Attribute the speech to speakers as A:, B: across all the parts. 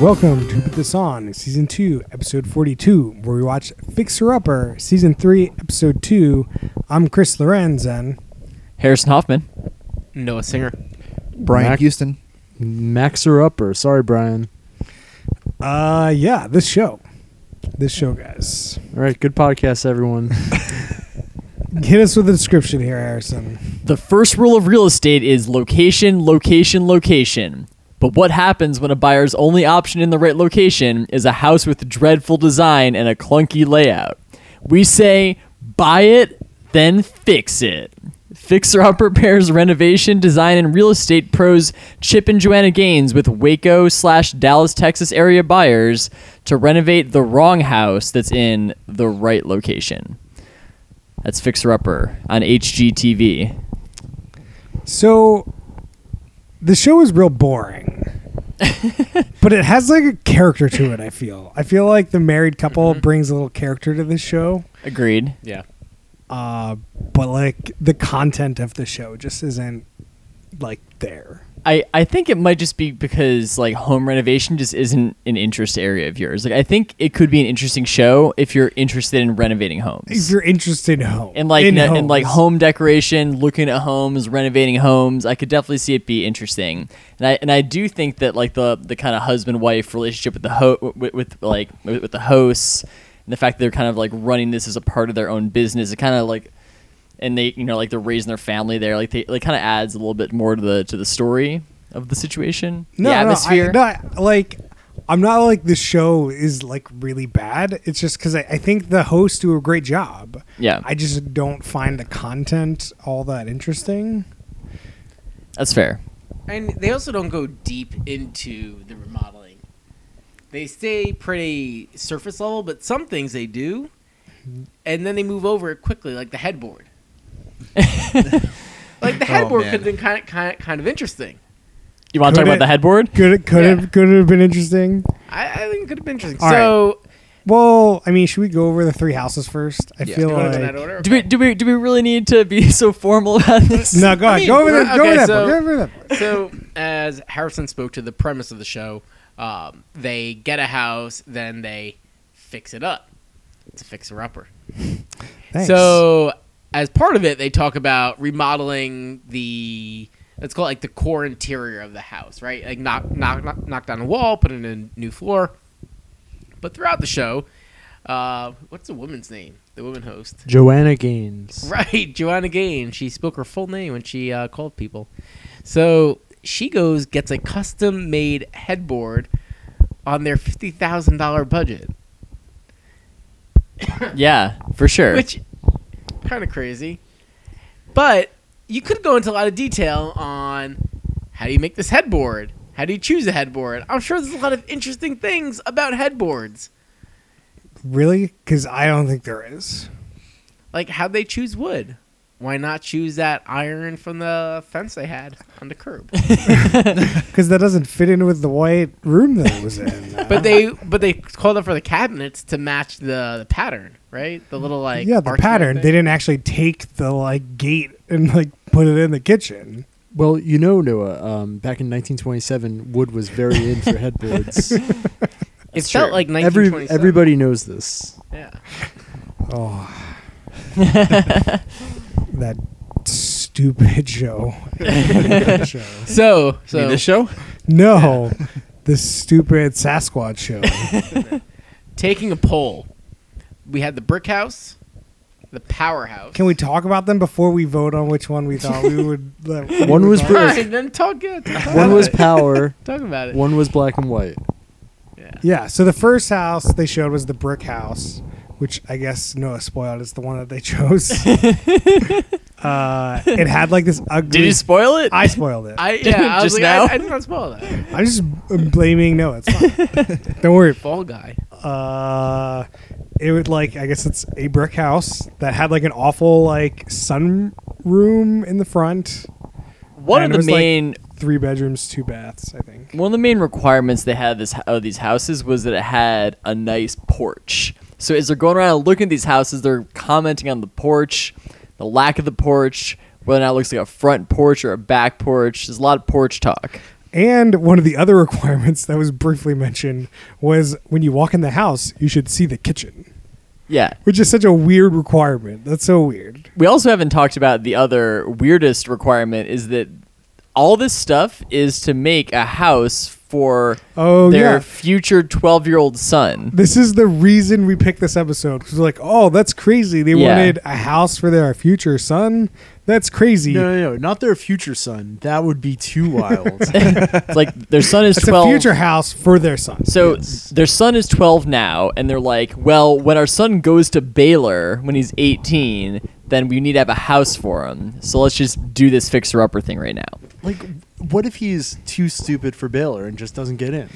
A: Welcome to Put This On, Season 2, Episode 42, where we watch Fixer Upper, Season 3, Episode 2. I'm Chris Lorenz, and
B: Harrison Hoffman.
C: Noah Singer.
D: Brian
E: Mac-
D: Houston.
E: Maxer upper. Sorry, Brian.
A: uh, yeah, this show. This show, guys.
E: All right, good podcast, everyone.
A: Hit us with a description here, Harrison.
B: The first rule of real estate is location, location, location. But what happens when a buyer's only option in the right location is a house with dreadful design and a clunky layout? We say buy it, then fix it. Fixer Upper pairs renovation, design, and real estate pros Chip and Joanna Gaines with Waco slash Dallas, Texas area buyers to renovate the wrong house that's in the right location. That's Fixer Upper on HGTV.
A: So, the show is real boring, but it has like a character to it, I feel. I feel like the married couple brings a little character to this show.
B: Agreed.
C: Yeah.
A: uh, but like the content of the show just isn't like there.
B: I, I think it might just be because like home renovation just isn't an interest area of yours. Like I think it could be an interesting show if you're interested in renovating
A: If
B: homes.
A: you're interested in home
B: And like
A: in
B: na- and like
A: homes.
B: home decoration, looking at homes, renovating homes, I could definitely see it be interesting. And I and I do think that like the the kind of husband wife relationship with the ho- with, with like with, with the hosts and the fact that they're kind of like running this as a part of their own business, it kind of like and they you know like they're raising their family there, like they like kind of adds a little bit more to the to the story of the situation,
A: no,
B: the atmosphere.
A: No, I, no, I- like I'm not like the show is like really bad. It's just because I, I think the hosts do a great job.
B: Yeah.
A: I just don't find the content all that interesting.
B: That's fair.
C: And they also don't go deep into the remodeling. They stay pretty surface level, but some things they do, and then they move over quickly, like the headboard. like the headboard
D: man.
C: could have been kind of, kind of kind of interesting.
B: You want to
A: Could
B: talk
A: it-
B: about the headboard?
A: Could it could
C: Yeah.
A: have could it have been interesting?
C: I, I think it could have been interesting.
A: All
C: so
A: Well, I mean, should we go over the three houses first? I
D: Yeah.
A: feel
C: you want to go in
A: like
C: that order?
B: Do we do we do we really need to be so formal about this?
A: no. Go
C: I
A: ahead.
C: mean,
A: go over
C: we're-
A: that. Go
C: okay,
A: over that.
C: so-
A: part, go over that. part.
C: so as Harrison spoke to the premise of the show, um, they get a house, then they fix it up. It's a fixer upper.
A: Thanks.
C: So, as part of it, they talk about remodeling the let's call it like the core interior of the house, right? Like knock knock knock, knock down a wall, put in a new floor. But throughout the show, uh, what's the woman's name? The woman host,
E: Joanna Gaines.
C: right? Joanna Gaines. She spoke her full name when she uh, called people. So she goes gets a custom made headboard on their fifty thousand dollar budget,
B: Yeah, for sure.
C: which kind of crazy. But you could go into a lot of detail on how do you make this headboard? How do you choose a headboard? I'm sure there's a lot of interesting things about headboards,
A: Really? Because I don't think there is.
C: like how they choose wood. Why not choose that iron from the fence they had on the curb?
A: Because that doesn't fit in with the white room that it was in.
C: but they but they called up for the cabinets to match the, the pattern, right? The little like
A: yeah, the
C: archway
A: pattern.
C: thing.
A: They didn't actually take the like gate and like put it in the kitchen.
E: Well, you know, Noah, um, back in 1927, wood was very in for headboards.
C: It
B: That's
C: felt
B: true.
C: like 1927.
E: Every, everybody knows this.
C: yeah.
A: Oh, that stupid show. show.
C: So so
D: You mean this show?
A: No, the stupid Sasquatch show.
C: taking a poll. We had the brick house, the powerhouse.
A: Can we talk about them before we vote on which one we thought we would? that we
E: One
A: would
E: was
A: like?
E: brick.
C: Fine, then talk good. Talk
E: One
C: about
E: was
C: it.
E: power,
C: talk about it.
E: one was black and white.
C: Yeah.
A: Yeah. So the first house they showed was the brick house, which I guess Noah spoiled is the one that they chose. uh, it had like this ugly.
B: Did you spoil it?
A: I spoiled it. I,
C: I yeah. I
B: Just
C: was like,
B: now?
C: I, I didn't want to spoil that.
A: am just blaming Noah. It's fine. Don't worry.
C: Fall guy.
A: Uh, it would like I guess it's a brick house that had like an awful like sun room in the front,
B: one of
A: and it
B: the
A: was, like,
B: main
A: three bedrooms, two baths. I think.
B: one of the main requirements they had this of these houses was that it had a nice porch. So as they're going around and looking at these houses, they're commenting on the porch, the lack of the porch, whether or not it looks like a front porch or a back porch. There's a lot of porch talk.
A: And one of the other requirements that was briefly mentioned was when you walk in the house, you should see the kitchen,
B: Yeah.
A: which is such a weird requirement. That's so weird.
B: We also haven't talked about the other weirdest requirement is that all this stuff is to make a house for
A: Oh,
B: their
A: yeah.
B: future 12 year old son.
A: This is the reason we picked this episode because we're like, oh, that's crazy. They
B: Yeah.
A: wanted a house for their future son. That's crazy.
E: No, no, no, not their future son. That would be too wild.
B: It's like their son is
A: It's
B: 12.
A: a future house for their son.
B: So their son is 12 now, and they're like, well, when our son goes to Baylor when he's 18, then we need to have a house for him. So let's just do this fixer upper thing right now.
E: like, what if he's too stupid for Baylor and just doesn't get in?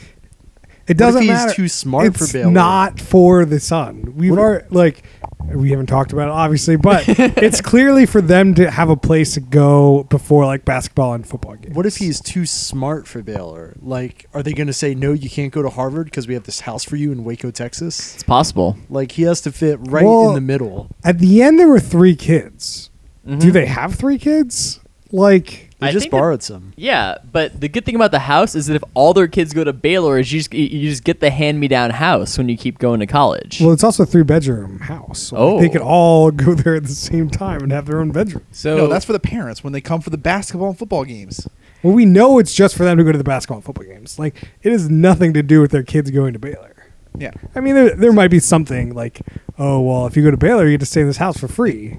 A: It
E: What if
A: doesn't
E: he's
A: matter.
E: too smart
A: it's
E: for Baylor?
A: Not for the son. We've
E: What-
A: are like we haven't talked about it obviously, but it's clearly for them to have a place to go before like basketball and football games.
E: What if he's too smart for Baylor? Like, are they going to say no? You can't go to Harvard because we have this house for you in Waco, Texas.
B: It's possible.
E: Like, he has to fit right
A: Well-
E: in the middle.
A: at the end? There were three kids. Do
B: Mhm.
A: they have three kids? Like
E: They
B: I
E: just
B: think that-
E: borrowed some.
B: Yeah, but the good thing about the house is that if all their kids go to Baylor, is you just, you just get the hand me down house when you keep going to college.
A: well, it's also a three bedroom house. So like, they
B: Oh.
A: could all go there at the same time and have their own bedrooms.
C: So
D: no, that's for the parents when they come for the basketball and football games.
A: Well, we know it's just for them to go to the basketball and football games. Like it has nothing to do with their kids going to Baylor.
D: Yeah.
A: I mean, there, there might be something like, oh, well, if you go to Baylor, you get to stay in this house for free.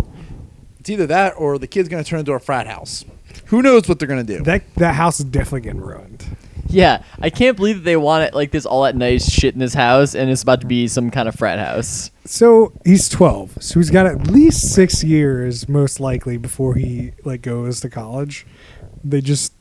D: It's either that or the kid's going to turn into a frat house. Who knows what they're going to do?
A: That that house is definitely getting ruined.
B: yeah, I can't believe that they want it like this all that nice shit in this house, and it's about to be some kind of frat house.
A: So he's 12, so he's got at least six years, most likely, before he like goes to college. They just,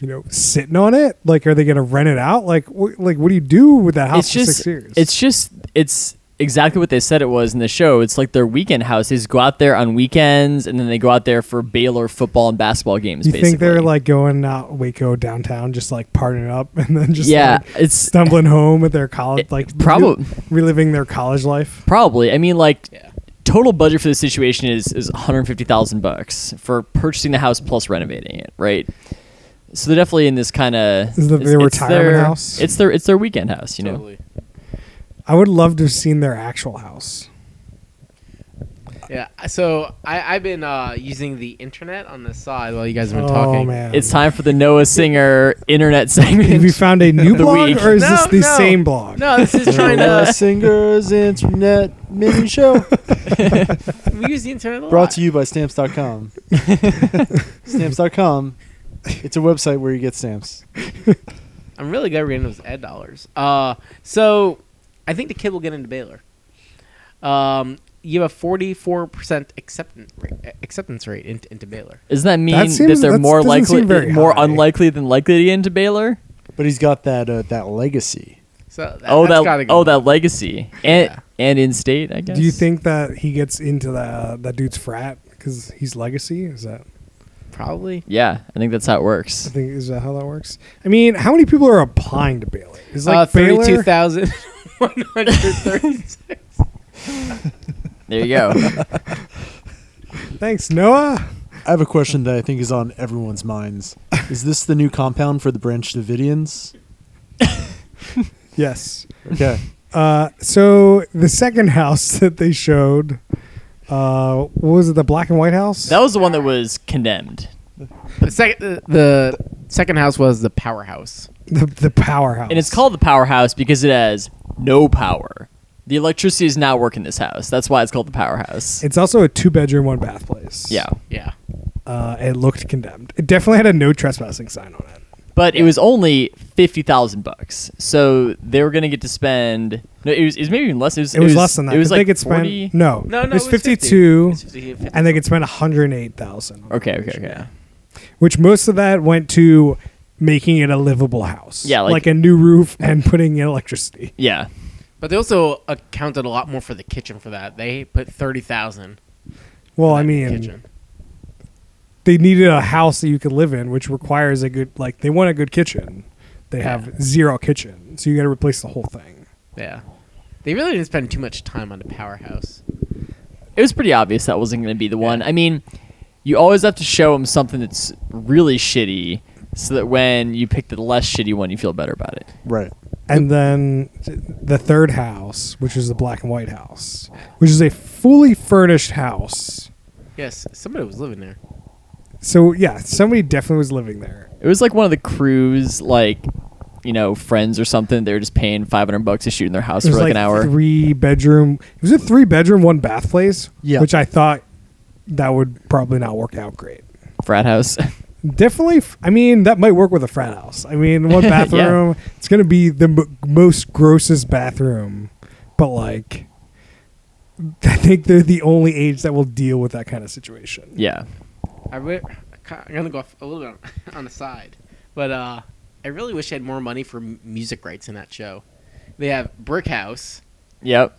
A: you know, sitting on it. Like, are they going to rent it out? Like, wh- like what do you do with that house
B: it's
A: for
B: just,
A: six years?
B: It's just, it's exactly what they said it was in the show. It's like their weekend house. They just go out there on weekends, and then they go out there for Baylor football and basketball games.
A: you
B: basically.
A: think they're like going out Waco downtown, just like partying up, and then just
B: yeah,
A: like,
B: it's
A: stumbling home at their college,
B: It-
A: like
B: probab-
A: reliving their college life.
B: Probably. I mean, like, total budget for this situation is is one hundred fifty thousand bucks for purchasing the house plus renovating it, right? So they're definitely in this kind of
A: Is that their retirement house?
B: It's their it's their weekend house, you know.
C: totally.
A: I would love to have seen their actual house.
C: Yeah. So I, I've been uh, using the internet on the side while you guys have been talking.
A: Oh man,
B: It's time for the Noah Singer internet segment.
A: Have you found a new
B: The
A: blog,
B: week.
A: or is this
C: No,
A: the
C: no.
A: same blog?
C: No, this is trying
E: Noah
C: to.
E: Singer's Internet Mini Show.
C: We use the internet a lot.
E: Brought to you by Stamps.com. Stamps.com. It's a website where you get stamps.
C: I'm really glad we're getting those ad dollars. Uh, so I think the kid will get into Baylor. Um, you have a 44% acceptance rate, acceptance rate into, into Baylor.
B: Doesn't that mean that,
A: seems-
B: they're
A: that's-
B: more
A: doesn't
B: likely,
A: seem very
B: more
A: high.
B: unlikely than likely to get into Baylor?
E: But he's got that uh, that legacy.
C: So that,
B: oh,
C: that's
B: that
C: gotta go.
B: oh that legacy and
C: Yeah.
B: and in state, I guess.
A: Do you think that he gets into that that dude's frat because he's legacy? Is that
C: probably.
B: Yeah, I think that's how it
A: I
B: works.
A: think is that how that works? I mean, how many people are applying to Baylor? Is like
C: uh,
A: Baylor-
C: 32,136.
B: There you go.
A: Thanks, Noah.
E: I have a question that I think is on everyone's minds. Is this the new compound for the Branch Davidians?
A: Yes.
E: Okay.
A: Uh, so the second house that they showed, uh, what was it? The black and white house.
B: that was the one that was condemned.
C: the, second, the second house was the powerhouse.
A: the, the powerhouse.
B: And it's called the powerhouse because it has no power. The electricity is not working in this house. That's why it's called the powerhouse.
A: It's also a two bedroom, one bath place.
B: yeah.
C: Yeah.
A: Uh, it looked condemned. It definitely had a no trespassing sign on it.
B: But it was only 50,000 bucks. So they were going to get to spend no it was, it was maybe even less. It was,
A: It, was, less than that.
B: It was
A: but they
B: like
A: could spend
B: 40
A: no,
C: No, no.
A: it was,
C: it
A: 52,
C: 50. It was 50,
A: and they could spend 108,000. on
B: Okay,
A: it,
B: okay, okay.
A: Which most of that went to making it a livable house.
B: Yeah, like-
A: a new roof and putting in electricity.
B: Yeah.
C: But they also accounted a lot more for the kitchen for that. They put 30,000.
A: Well,
C: for
A: I
C: that
A: mean,
C: kitchen.
A: they needed a house that you could live in, which requires a good like they want a good kitchen. They have zero kitchen, so you got to replace the whole thing.
C: Yeah. They really didn't spend too much time on the powerhouse.
B: It was pretty obvious that wasn't going to be the one. I mean, you always have to show them something that's really shitty so that when you pick the less shitty one, you feel better about it.
E: Right.
A: and then the third house, which is the black and white house, which is a fully furnished house.
C: Yes, somebody was living there.
A: So yeah, somebody definitely was living there.
B: It was like one of the crews, like you know, friends or something. They were just paying five hundred bucks to shoot in their house
A: It
B: for
A: was
B: like, an hour.
A: three bedroom. It was a three bedroom, one bath place.
E: Yeah.
A: which I thought that would probably not work out great.
B: frat house.
A: Definitely, f- I mean that might work with a frat house. I mean, one
B: Yeah.
A: bathroom. It's gonna be the m- most grossest bathroom, but like, I think they're the only age that will deal with that kind of situation.
B: yeah.
C: I re- I'm gonna go off a little bit on, on the side, but uh, I really wish I had more money for m- music rights in that show. They have Brick House,
B: Yep.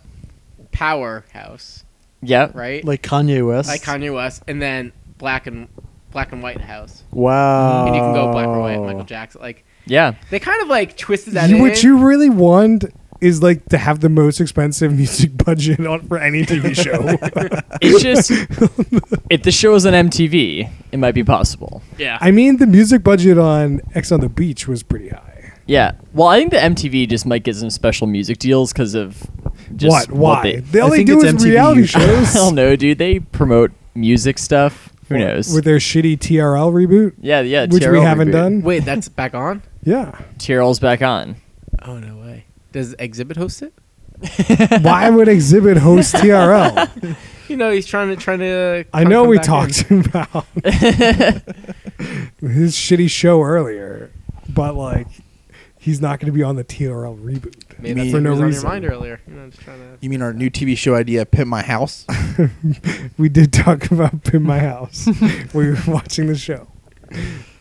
C: Power House,
B: Yep.
C: right?
E: Like Kanye West.
C: like Kanye West, and then Black and Black and White House,
E: Wow.
C: and you can go Black and White, Michael Jackson. Like
B: Yeah.
C: they kind of like twisted that.
A: Oh. You-
C: in.
A: what you really want is like to have the most expensive music budget on for any TV show.
B: It's just if the show was on MTV, it might be possible.
C: yeah,
A: I mean, the music budget on X on the Beach was pretty high.
B: Yeah. Well, I think the MTV just might get some special music deals because of
A: what?
B: just
A: Why?
B: They,
A: they
E: I
A: only
E: think
A: do
E: it's
A: is
E: MTV.
A: reality
B: I
A: shows.
B: don't know, dude. They promote music stuff. Who knows?
A: With their shitty TRL reboot,
B: yeah, yeah.
A: which we
B: TRL
A: haven't
B: reboot.
A: done.
C: wait, that's back on.
A: Yeah.
B: TRL's back on.
C: Oh no way! Does Exhibit host it?
A: Why would Exhibit host TRL?
C: You know he's trying to trying to.
A: I
C: come-
A: know
C: come
A: we
C: back in.
A: talked about his shitty show earlier, but like, he's not going to be on the TRL reboot
C: Maybe that's
A: for
C: what
A: no
C: was on your
A: reason.
C: mind earlier. You know, just trying to.
D: You mean our new TV show idea, Pimp My House?
A: we did talk about in my house. we were watching the show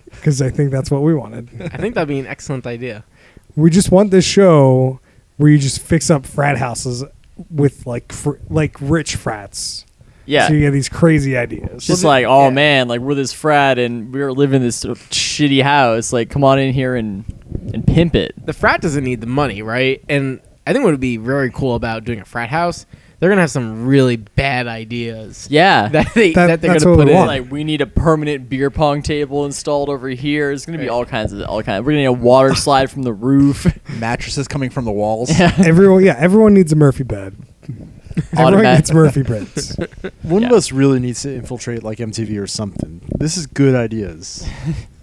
A: because I think that's what we wanted.
C: I think that'd be an excellent idea.
A: We just want this show where you just fix up frat houses with like fr- like rich frats.
B: Yeah.
A: So you get these crazy ideas.
B: just like, oh
C: yeah.
B: man, like we're this frat and we're living in this sort of shitty house. Like, come on in here and and pimp it.
C: The frat doesn't need the money, right? And I think what would be very cool about doing a frat house, they're gonna have some really bad ideas.
B: Yeah.
C: That they
A: That-
C: that, they're
A: that's
C: gonna
A: what
C: put
A: we
C: in.
A: want.
C: Like,
B: like we need a permanent beer pong table installed over here. It's gonna be all kinds of all kinds. We're gonna need a water slide from the roof.
D: Mattresses coming from the walls.
A: everyone, yeah, everyone needs a Murphy bed. Everyone
B: Automatic-
A: gets Murphy beds.
E: One of
B: Yeah.
E: us really needs to infiltrate like MTV or something. This is good ideas.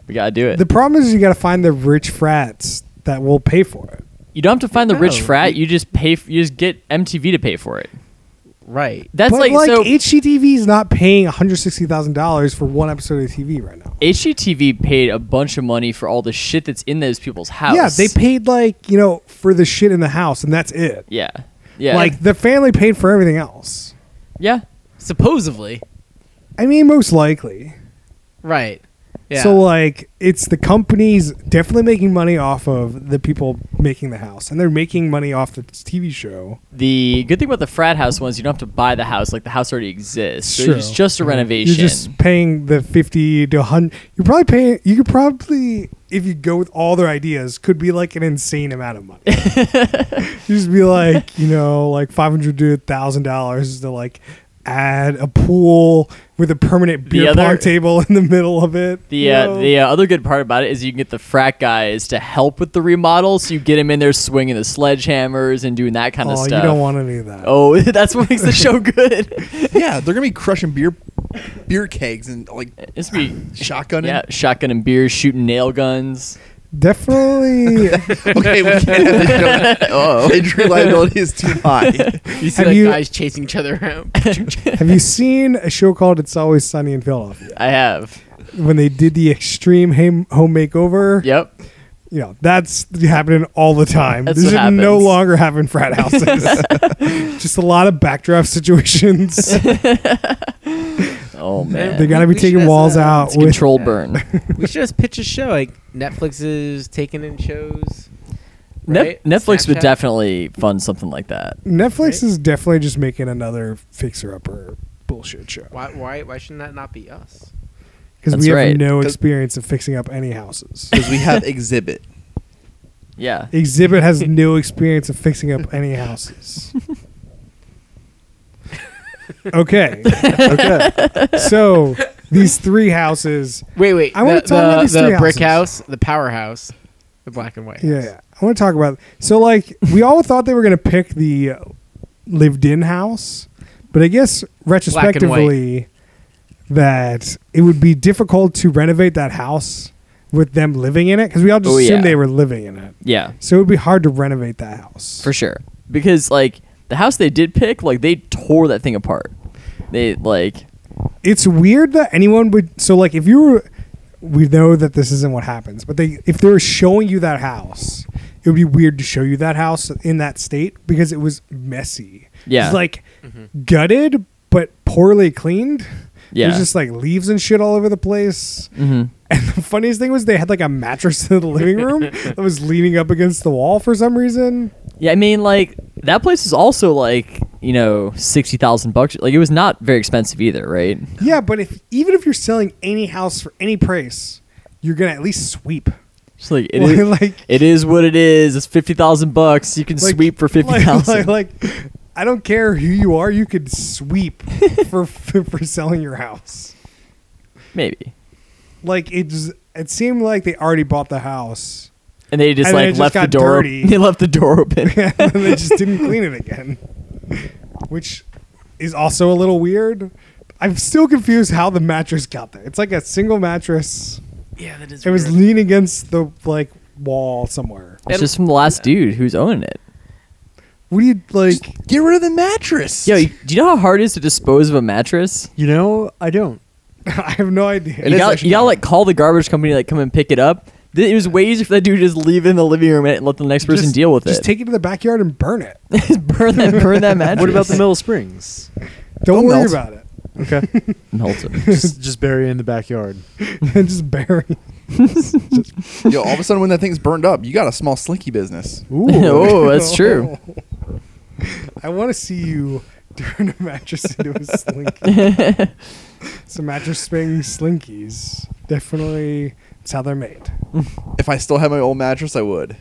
B: We gotta do it.
A: the problem is you got to find the rich frats that will pay for it.
B: you don't have to find the rich
C: No,
B: frat. You just pay. f you just get MTV to pay for it.
C: right.
B: That's
A: but
B: like,
A: like,
B: so.
A: HGTV is not paying one hundred sixty thousand dollars for one episode of TV right now.
B: HGTV paid a bunch of money for all the shit that's in those people's house.
A: Yeah, they paid like you know for the shit in the house, and that's it.
B: Yeah, yeah,
A: Like the family paid for everything else.
B: yeah.
C: Supposedly.
A: I mean, most likely.
C: Right. Yeah.
A: So like, it's the companies definitely making money off of the people making the house, and they're making money off the TV show.
B: The good thing about the frat house ones, you don't have to buy the house. Like the house already exists. So
A: Sure.
B: it's just a renovation.
A: Uh-huh. You're just paying the fifty to hundred. You're probably paying. You could probably, if you go with all their ideas, could be like an insane amount of money. you just be like, you know, like five hundred to thousand dollars to like add a pool with a permanent beer
B: other-
A: pong table in the middle of it.
B: The
A: you
B: uh,
A: know?
B: the uh, other good part about it is you can get the frat guys to help with the remodel, so you get them in there swinging the sledgehammers and doing that kind
A: oh,
B: of stuff.
A: you don't want any of that.
B: oh, that's what makes the show good.
D: yeah, they're gonna be crushing beer, beer kegs and like
B: it's be
D: shotgunning.
B: yeah, shotgun and beer, shooting nail guns.
A: Definitely.
D: Okay, we can't have this show.
B: Oh,
D: Injury liability is too high.
C: you see
A: have
C: like
A: you-
C: guys chasing each other around.
A: have you seen a show called "It's Always Sunny in Philadelphia"?
B: I have.
A: When they did the extreme ham- home makeover.
B: Yep.
A: you know that's happening all the time.
B: That's
A: this
B: what
A: should no
B: happens.
A: longer happen frat houses. Just a lot of backdraft situations.
B: Oh man.
A: they got to be
C: We
A: taking
C: should,
A: walls
C: uh,
A: out
B: it's
A: with
B: controlled burn.
C: we should just pitch a show like Netflix is taking in shows.
B: Net
C: Right?
B: Netflix would
C: Snapchat?
B: definitely fund something like that.
A: Netflix
C: Right?
A: is definitely just making another fixer upper bullshit show
C: Why, why why shouldn't that not be us?
A: because
B: That's
A: we have
B: right.
A: no
D: 'Cause-
A: experience of fixing up any houses.
D: Because we have exhibit.
B: Yeah.
A: Exhibit has no experience of fixing up any houses. Okay.
E: Okay.
A: So these three houses.
C: Wait, wait.
A: I wanna
C: the,
A: talk about
C: the-
A: these
C: the
A: three
C: brick
A: houses.
C: house, the power house, the black and white.
A: Yeah,
C: house.
A: yeah. I want to talk about. So, like, we all thought they were going to pick the uh, lived-in house, but I guess retrospectively, that it would be difficult to renovate that house with them living in it because we all just
B: Oh,
A: assumed
B: yeah.
A: they were living in it.
B: Yeah,
A: So it would be hard to renovate that house.
B: for sure. Because like the house they did pick, like they tore that thing apart. They like
A: it's weird that anyone would so like if you were we know that this isn't what happens but they if they were showing you that house it would be weird to show you that house in that state because it was messy
B: Yeah.
A: it's like gutted but poorly cleaned
B: Yeah.
A: there's just like leaves and shit all over the place
B: mhm.
A: and the funniest thing was they had like a mattress in the living room that was leaning up against the wall for some reason
B: Yeah, I mean, like that place is also like you know sixty thousand bucks. Like it was not very expensive either, right?
A: yeah but if even if you're selling any house for any price you're gonna at least sweep
B: It's like it is,
A: Like-
B: it is what it is. It's fifty thousand bucks. You can
A: Like-
B: sweep for
A: like-
B: fifty thousand.
A: Like, like, I don't care who you are, you could sweep for, for for selling your house.
B: maybe.
A: Like it just, it seemed like they already bought the house
B: And they just
A: And then
B: like
A: it just
B: left the
A: got
B: door.
A: dirty.
B: They left the door open.
A: and then they just didn't clean it again, which is also a little weird. I'm still confused how the mattress got there. It's like a single mattress.
C: Yeah, that is.
A: It was
C: weird.
A: leaning against the like wall somewhere.
B: It's just from the last dude who's owning it.
A: What do you like?
E: Get rid of the mattress.
B: Yo, you- do you know how hard it is to dispose of a mattress?
E: You know, I don't.
A: I have no idea.
B: you
E: is
B: gotta,
E: actually
B: you gotta
E: hard.
B: like call the garbage company, like come and pick it up. Th- It was way easier for that dude to just leave it in the living room and let the next person
A: Just-
B: deal with
A: Just
B: it.
A: take it to the backyard and burn it.
B: Just burn that, burn that mattress.
E: What about the Mill Springs?
A: Don't
E: Don't
A: worry
E: melt.
A: about it.
E: Okay.
B: Melt it.
E: just, just bury it in the backyard.
A: and just bury. it.
D: Yo, all of a sudden when that thing's burned up, you got a small slinky business.
B: oh, that's true.
A: I want to see you turn a mattress into a slinky.
B: yeah,
A: Some mattress spring slinkies. Definitely, it's how they're made.
D: If I still had my old mattress, I would.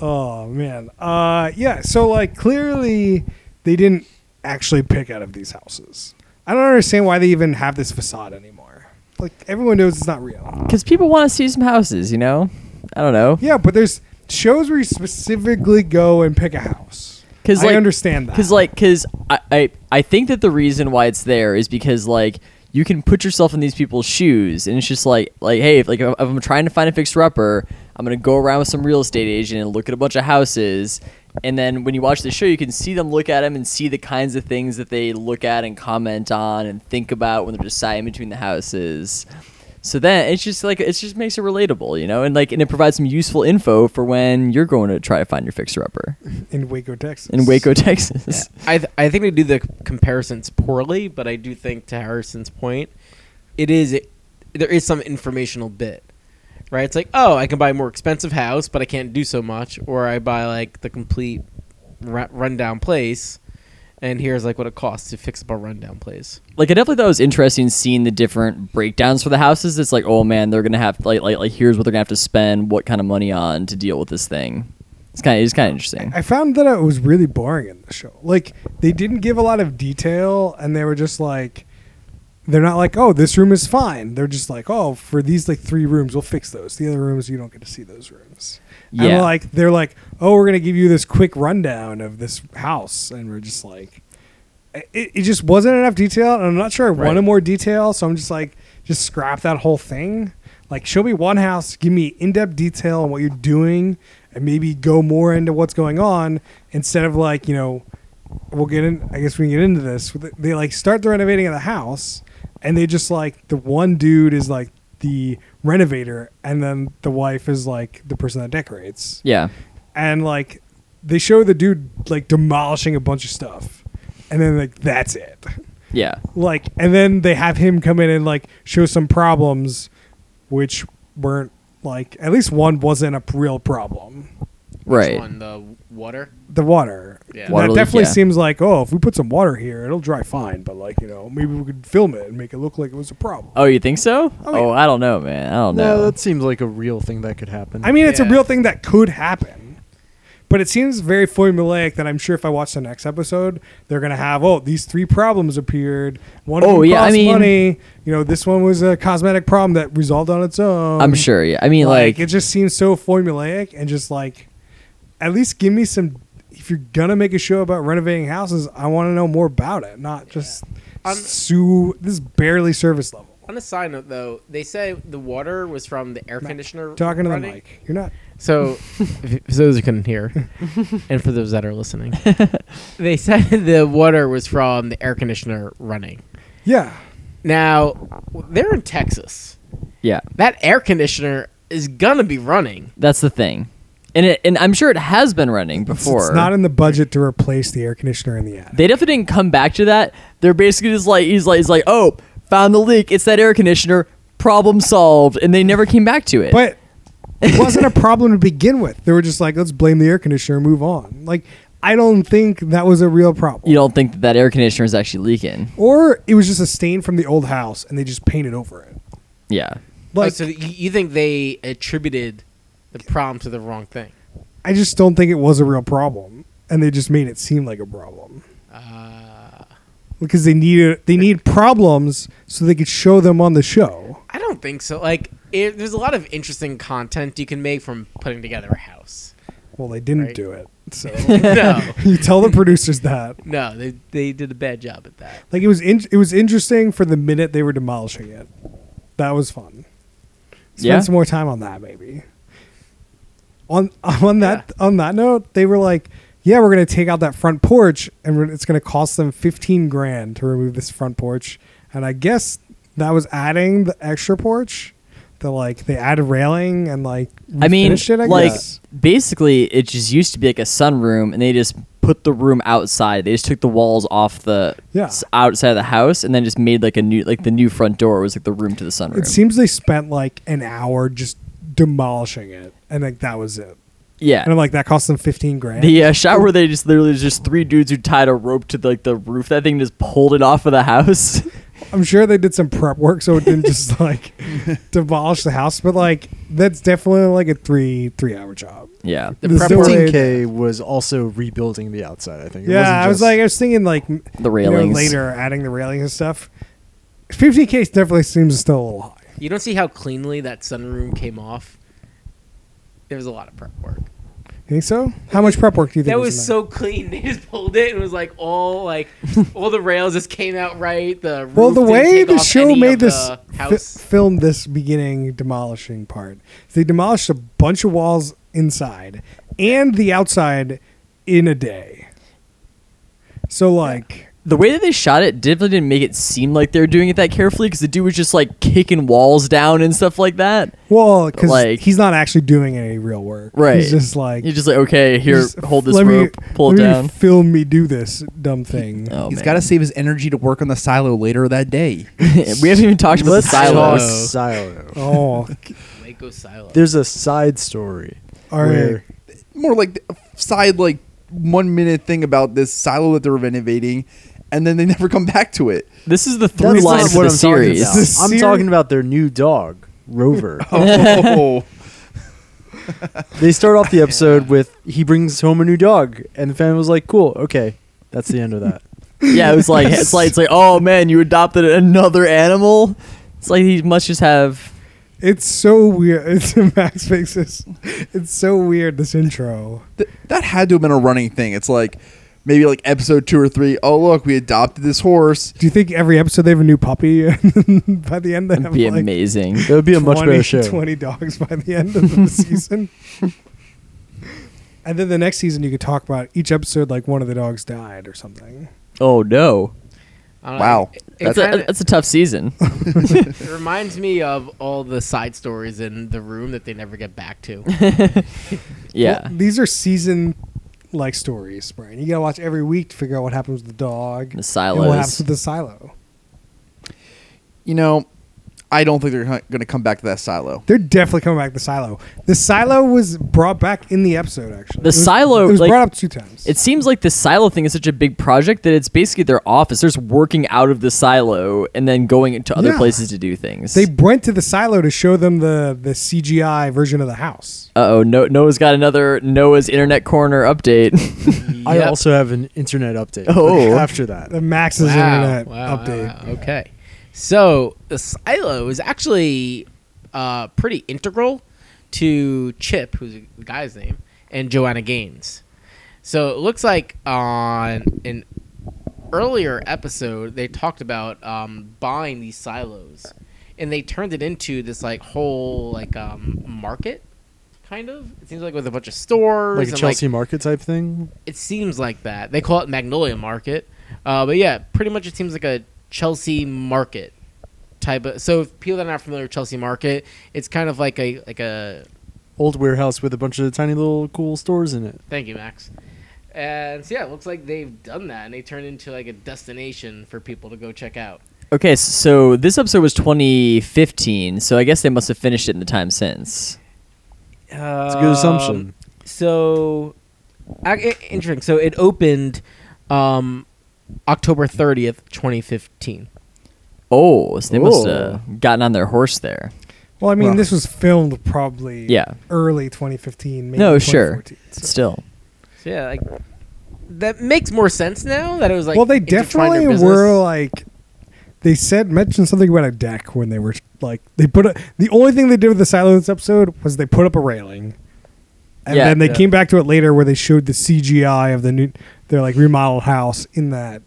A: Oh man, uh, yeah. So like, clearly, they didn't actually pick out of these houses. I don't understand why they even have this facade anymore. Like everyone knows it's not real.
B: because people want to see some houses, you know. I don't know.
A: Yeah, but there's shows where you specifically go and pick a house.
B: Cause
A: I
B: like,
A: understand that.
B: Because like, because I, I I think that the reason why it's there is because like you can put yourself in these people's shoes, and it's just like like hey, if, like if I'm trying to find a fixer upper, I'm gonna go around with some real estate agent and look at a bunch of houses, and then when you watch the show, you can see them look at them and see the kinds of things that they look at and comment on and think about when they're deciding between the houses. So then it's just like it just makes it relatable, you know, and like and it provides some useful info for when you're going to try to find your fixer upper
A: in Waco, Texas.
B: in Waco, Texas.
C: I th- I think they do the comparisons poorly, but I do think to Harrison's point, it is it, there is some informational bit, right? It's like oh, I can buy a more expensive house, but I can't do so much, or I buy like the complete ru- rundown place, and here's like what it costs to fix up a rundown place.
B: like I definitely thought it was interesting seeing the different breakdowns for the houses. It's like, oh man, they're gonna have like like, like here's what they're gonna have to spend what kind of money on to deal with this thing. It's kind of it's kind of interesting.
A: I found that it was really boring in the show. Like they didn't give a lot of detail, and they were just like, they're not like, oh, this room is fine. They're just like, oh, for these like three rooms, we'll fix those. The other rooms, you don't get to see those rooms.
B: Yeah.
A: And like they're like, oh, we're gonna give you this quick rundown of this house, and we're just like, it, it just wasn't enough detail, and I'm not sure I
B: Right.
A: wanted more detail, so I'm just like, just scrap that whole thing. Like, show me one house, give me in depth detail on what you're doing, and maybe go more into what's going on instead of like, you know, we'll get in. I guess we can get into this. They like start the renovating of the house, and they just like the one dude is like the renovator, and then the wife is like the person that decorates
B: Yeah,
A: and like they show the dude like demolishing a bunch of stuff and then like that's it
B: yeah,
A: like and then they have him come in and like show some problems which weren't like at least one wasn't a p- real problem
B: right.
C: on the water.
A: the water,
C: Yeah.
B: Water
A: that
B: leak,
A: definitely
B: yeah.
A: seems like oh if we put some water here it'll dry fine but like you know maybe we could film it and make it look like it was a problem
B: Oh, you think so? Oh,
A: yeah.
B: I don't know, man. I don't
E: No,
B: know.
E: that seems like a real thing that could happen.
A: i mean it's a
C: Yeah.
A: real thing that could happen But it seems very formulaic that I'm sure if I watch the next episode, they're gonna have oh these three problems appeared. One
B: Oh,
A: of them
B: yeah, I
A: cost
B: mean-
A: money. You know, this one was a cosmetic problem that resolved on its own.
B: I'm sure. Yeah. I mean,
A: Like,
B: like,
A: it just seems so formulaic and just like, at least give me some. If you're gonna make a show about renovating houses, I want to know more about it, not just
C: I'm-
A: sue. This is barely service level.
C: On a side note, though, they say the water was from the air conditioner.
A: Talking to the
C: running.
A: mic. You're not.
C: So, if- for those who couldn't hear, and for those that are listening, they said the water was from the air conditioner running.
A: Yeah.
C: Now, they're in Texas.
B: yeah,
C: That air conditioner is gonna be running.
B: that's the thing. And it, and I'm sure it has been running
A: It's-
B: before.
A: It's not in the budget to replace the air conditioner in the attic.
B: they definitely didn't come back to that. They're basically just like he's like he's like, oh, found the leak. It's that air conditioner. Problem solved. And they never came back to it.
A: But it wasn't a problem to begin with. They were just like, let's blame the air conditioner and move on. Like, I don't think that was a real problem.
B: you don't think that, that air conditioner is actually leaking?
A: Or it was just a stain from the old house and they just painted over it.
B: Yeah.
C: Like,
A: Like,
C: so you, you think they attributed the problem to the wrong thing?
A: I just don't think it was a real problem. And they just made it seem like a problem.
C: Uh.
A: Because they needed they need problems so they could show them on the show.
C: I don't think so. Like, it, there's a lot of interesting content you can make from putting together a house.
A: Well, they didn't
C: Right.
A: do it. So
C: no,
A: you tell the producers that.
C: no, they they did a bad job at that.
A: Like it was in, it was interesting for the minute they were demolishing it. That was fun. Spend
B: Yeah?
A: some more time on that maybe. On on that on that note, they were like, "Yeah, we're gonna take out that front porch, and we're- it's gonna cost them fifteen grand to remove this front porch." And I guess that was adding the extra porch. The like they added railing and like
B: I mean,
A: refinished it, I
B: like
A: guess.
B: basically, it just used to be like a sunroom, and they just put the room outside. They just took the walls off the
A: Yeah.
B: s- outside of the house, and then just made like a new like the new front door was like the room to the sunroom.
A: it seems they spent like an hour just demolishing it, and like that was it.
B: yeah.
A: And I'm like, that cost them fifteen grand.
B: the uh, shot where they just literally just three dudes who tied a rope to like the roof that thing just pulled it off of the house.
A: I'm sure they did some prep work so it didn't just like demolish the house, but like that's definitely like a three three hour job.
B: yeah.
C: The
A: There's
C: prep
A: no
C: work-
A: way-
E: 15K was also rebuilding the outside, I think. It wasn't
A: Yeah, I was
E: just-
A: like, I was thinking like m- you know,
B: railings.
A: later, adding the railings and stuff. 50k definitely seems still a little high.
C: You don't see how cleanly that sunroom came off. There was a lot of prep work.
A: You think so? How much prep work do you think
C: That
A: in
C: was
A: there?
C: so clean. They just pulled it and was like all like all the rails just came out right. The roof
A: Well, the
C: didn't
A: way
C: take
A: the
C: off
A: show
C: any
A: made
C: of
A: this
C: the
A: fi-
C: house.
A: film this beginning demolishing part, they demolished a bunch of walls inside and the outside in a day. So like.
B: The way that they shot it definitely didn't make it seem like they were doing it that carefully because the dude was just like kicking walls down and stuff like that.
A: Well, because
B: like-
A: he's not actually doing any real work.
B: Right.
A: He's just like
B: You're just like, okay, here,
A: just
B: hold this
A: let me-
B: rope, pull it
A: let me
B: down.
A: Film me do this dumb thing.
B: Oh,
D: He's
B: man.
D: got to save his energy to work on the silo later that day.
B: we haven't even talked about the
E: Let's talk
B: silos.
E: silo.
A: Oh,
C: Lego silo.
E: There's a side story.
A: all right.
E: where-
D: More like a side like one minute thing about this silo that they're renovating, and then they never come back to it.
B: This is the through
E: That's
B: line
E: not
B: of
E: what
B: the
E: I'm talking
B: series.
E: about.
A: This
E: I'm
A: seri-
E: talking about their new dog, Rover.
D: Oh,
E: they start off the episode with he brings home a new dog, and the family was like, "Cool, okay, that's the end of that."
B: yeah, it was like it's like it's like oh man, you adopted another animal. It's like he must just have.
A: It's so weird. It's Max makes this. It's so weird. This intro.
D: Th- that had to have been a running thing. It's like maybe like episode two or three. Oh, look, we adopted this horse.
A: Do you think every episode they have a new puppy? And by the end, they
B: It'd
A: have
B: be
A: like
B: amazing.
E: That would be a much better
A: 20
E: show.
A: 20 dogs by the end of the season. And then the next season, you could talk about each episode like one of the dogs died or something.
B: Oh no,
C: I don't know.
D: Wow.
C: It- it
B: that's a
C: kinda-
B: that's a tough season.
C: It reminds me of all the side stories in the room that they never get back to.
B: Yeah,
A: Well, these are season like stories, Brian. You gotta watch every week to figure out what happens with the dog.
B: the
A: and what happens
B: silos.
A: with the silo.
D: You know, I don't think they're going to come back to that silo.
A: They're definitely coming back to the silo. The silo was brought back in the episode, actually. It
B: The
A: was-
B: silo,
A: It was
B: like-
A: brought up two times.
B: It seems like the silo thing is such a big project that it's basically their officers working out of the silo and then going to other
A: Yeah.
B: places to do things.
A: they went to the silo to show them the the CGI version of the house.
B: Uh oh, no, Noah's got another Noah's Internet Corner update.
E: I
C: Yep.
E: also have an internet update.
B: Oh.
E: after that,
A: The Max's internet update.
C: wow. Okay. So the silo is actually uh, pretty integral to Chip, who's the guy's name, and Joanna Gaines. So it looks like on an earlier episode they talked about um, buying these silos, and they turned it into this like whole like um, market, kind of. It seems like with a bunch of stores,
E: like a
C: and,
E: Chelsea market type thing.
C: it seems like that. They call it Magnolia Market, uh, but yeah, pretty much it seems like a Chelsea Market type of. So if people that are not familiar with Chelsea Market, it's kind of like a like a.
E: Old warehouse with a bunch of tiny little cool stores in it.
C: Thank you, Max. And so yeah, it looks like they've done that, and they turned into like a destination for people to go check out.
B: okay, so this episode was 2015, so I guess they must have finished it in the time since.
E: It's a good assumption.
C: Um, So, I- i- interesting. So it opened um, October thirtieth, twenty fifteen.
B: Oh, so they must
E: Oh.
B: have gotten on their horse there.
A: Well, I mean,
D: Well.
A: this was filmed probably
B: Yeah.
A: early 2015. Maybe
B: No, sure.
A: 2014, so-
B: Still.
C: So yeah, like that makes more sense now that it was like.
A: well, they
C: intertwined
A: definitely
C: their
A: were
C: business.
A: like they said mentioned something about a deck when they were like they put a, the only thing they did with the silo this episode was they put up a railing. And
B: Yeah.
A: then they
B: Yeah.
A: came back to it later where they showed the CGI of the new their like remodeled house in that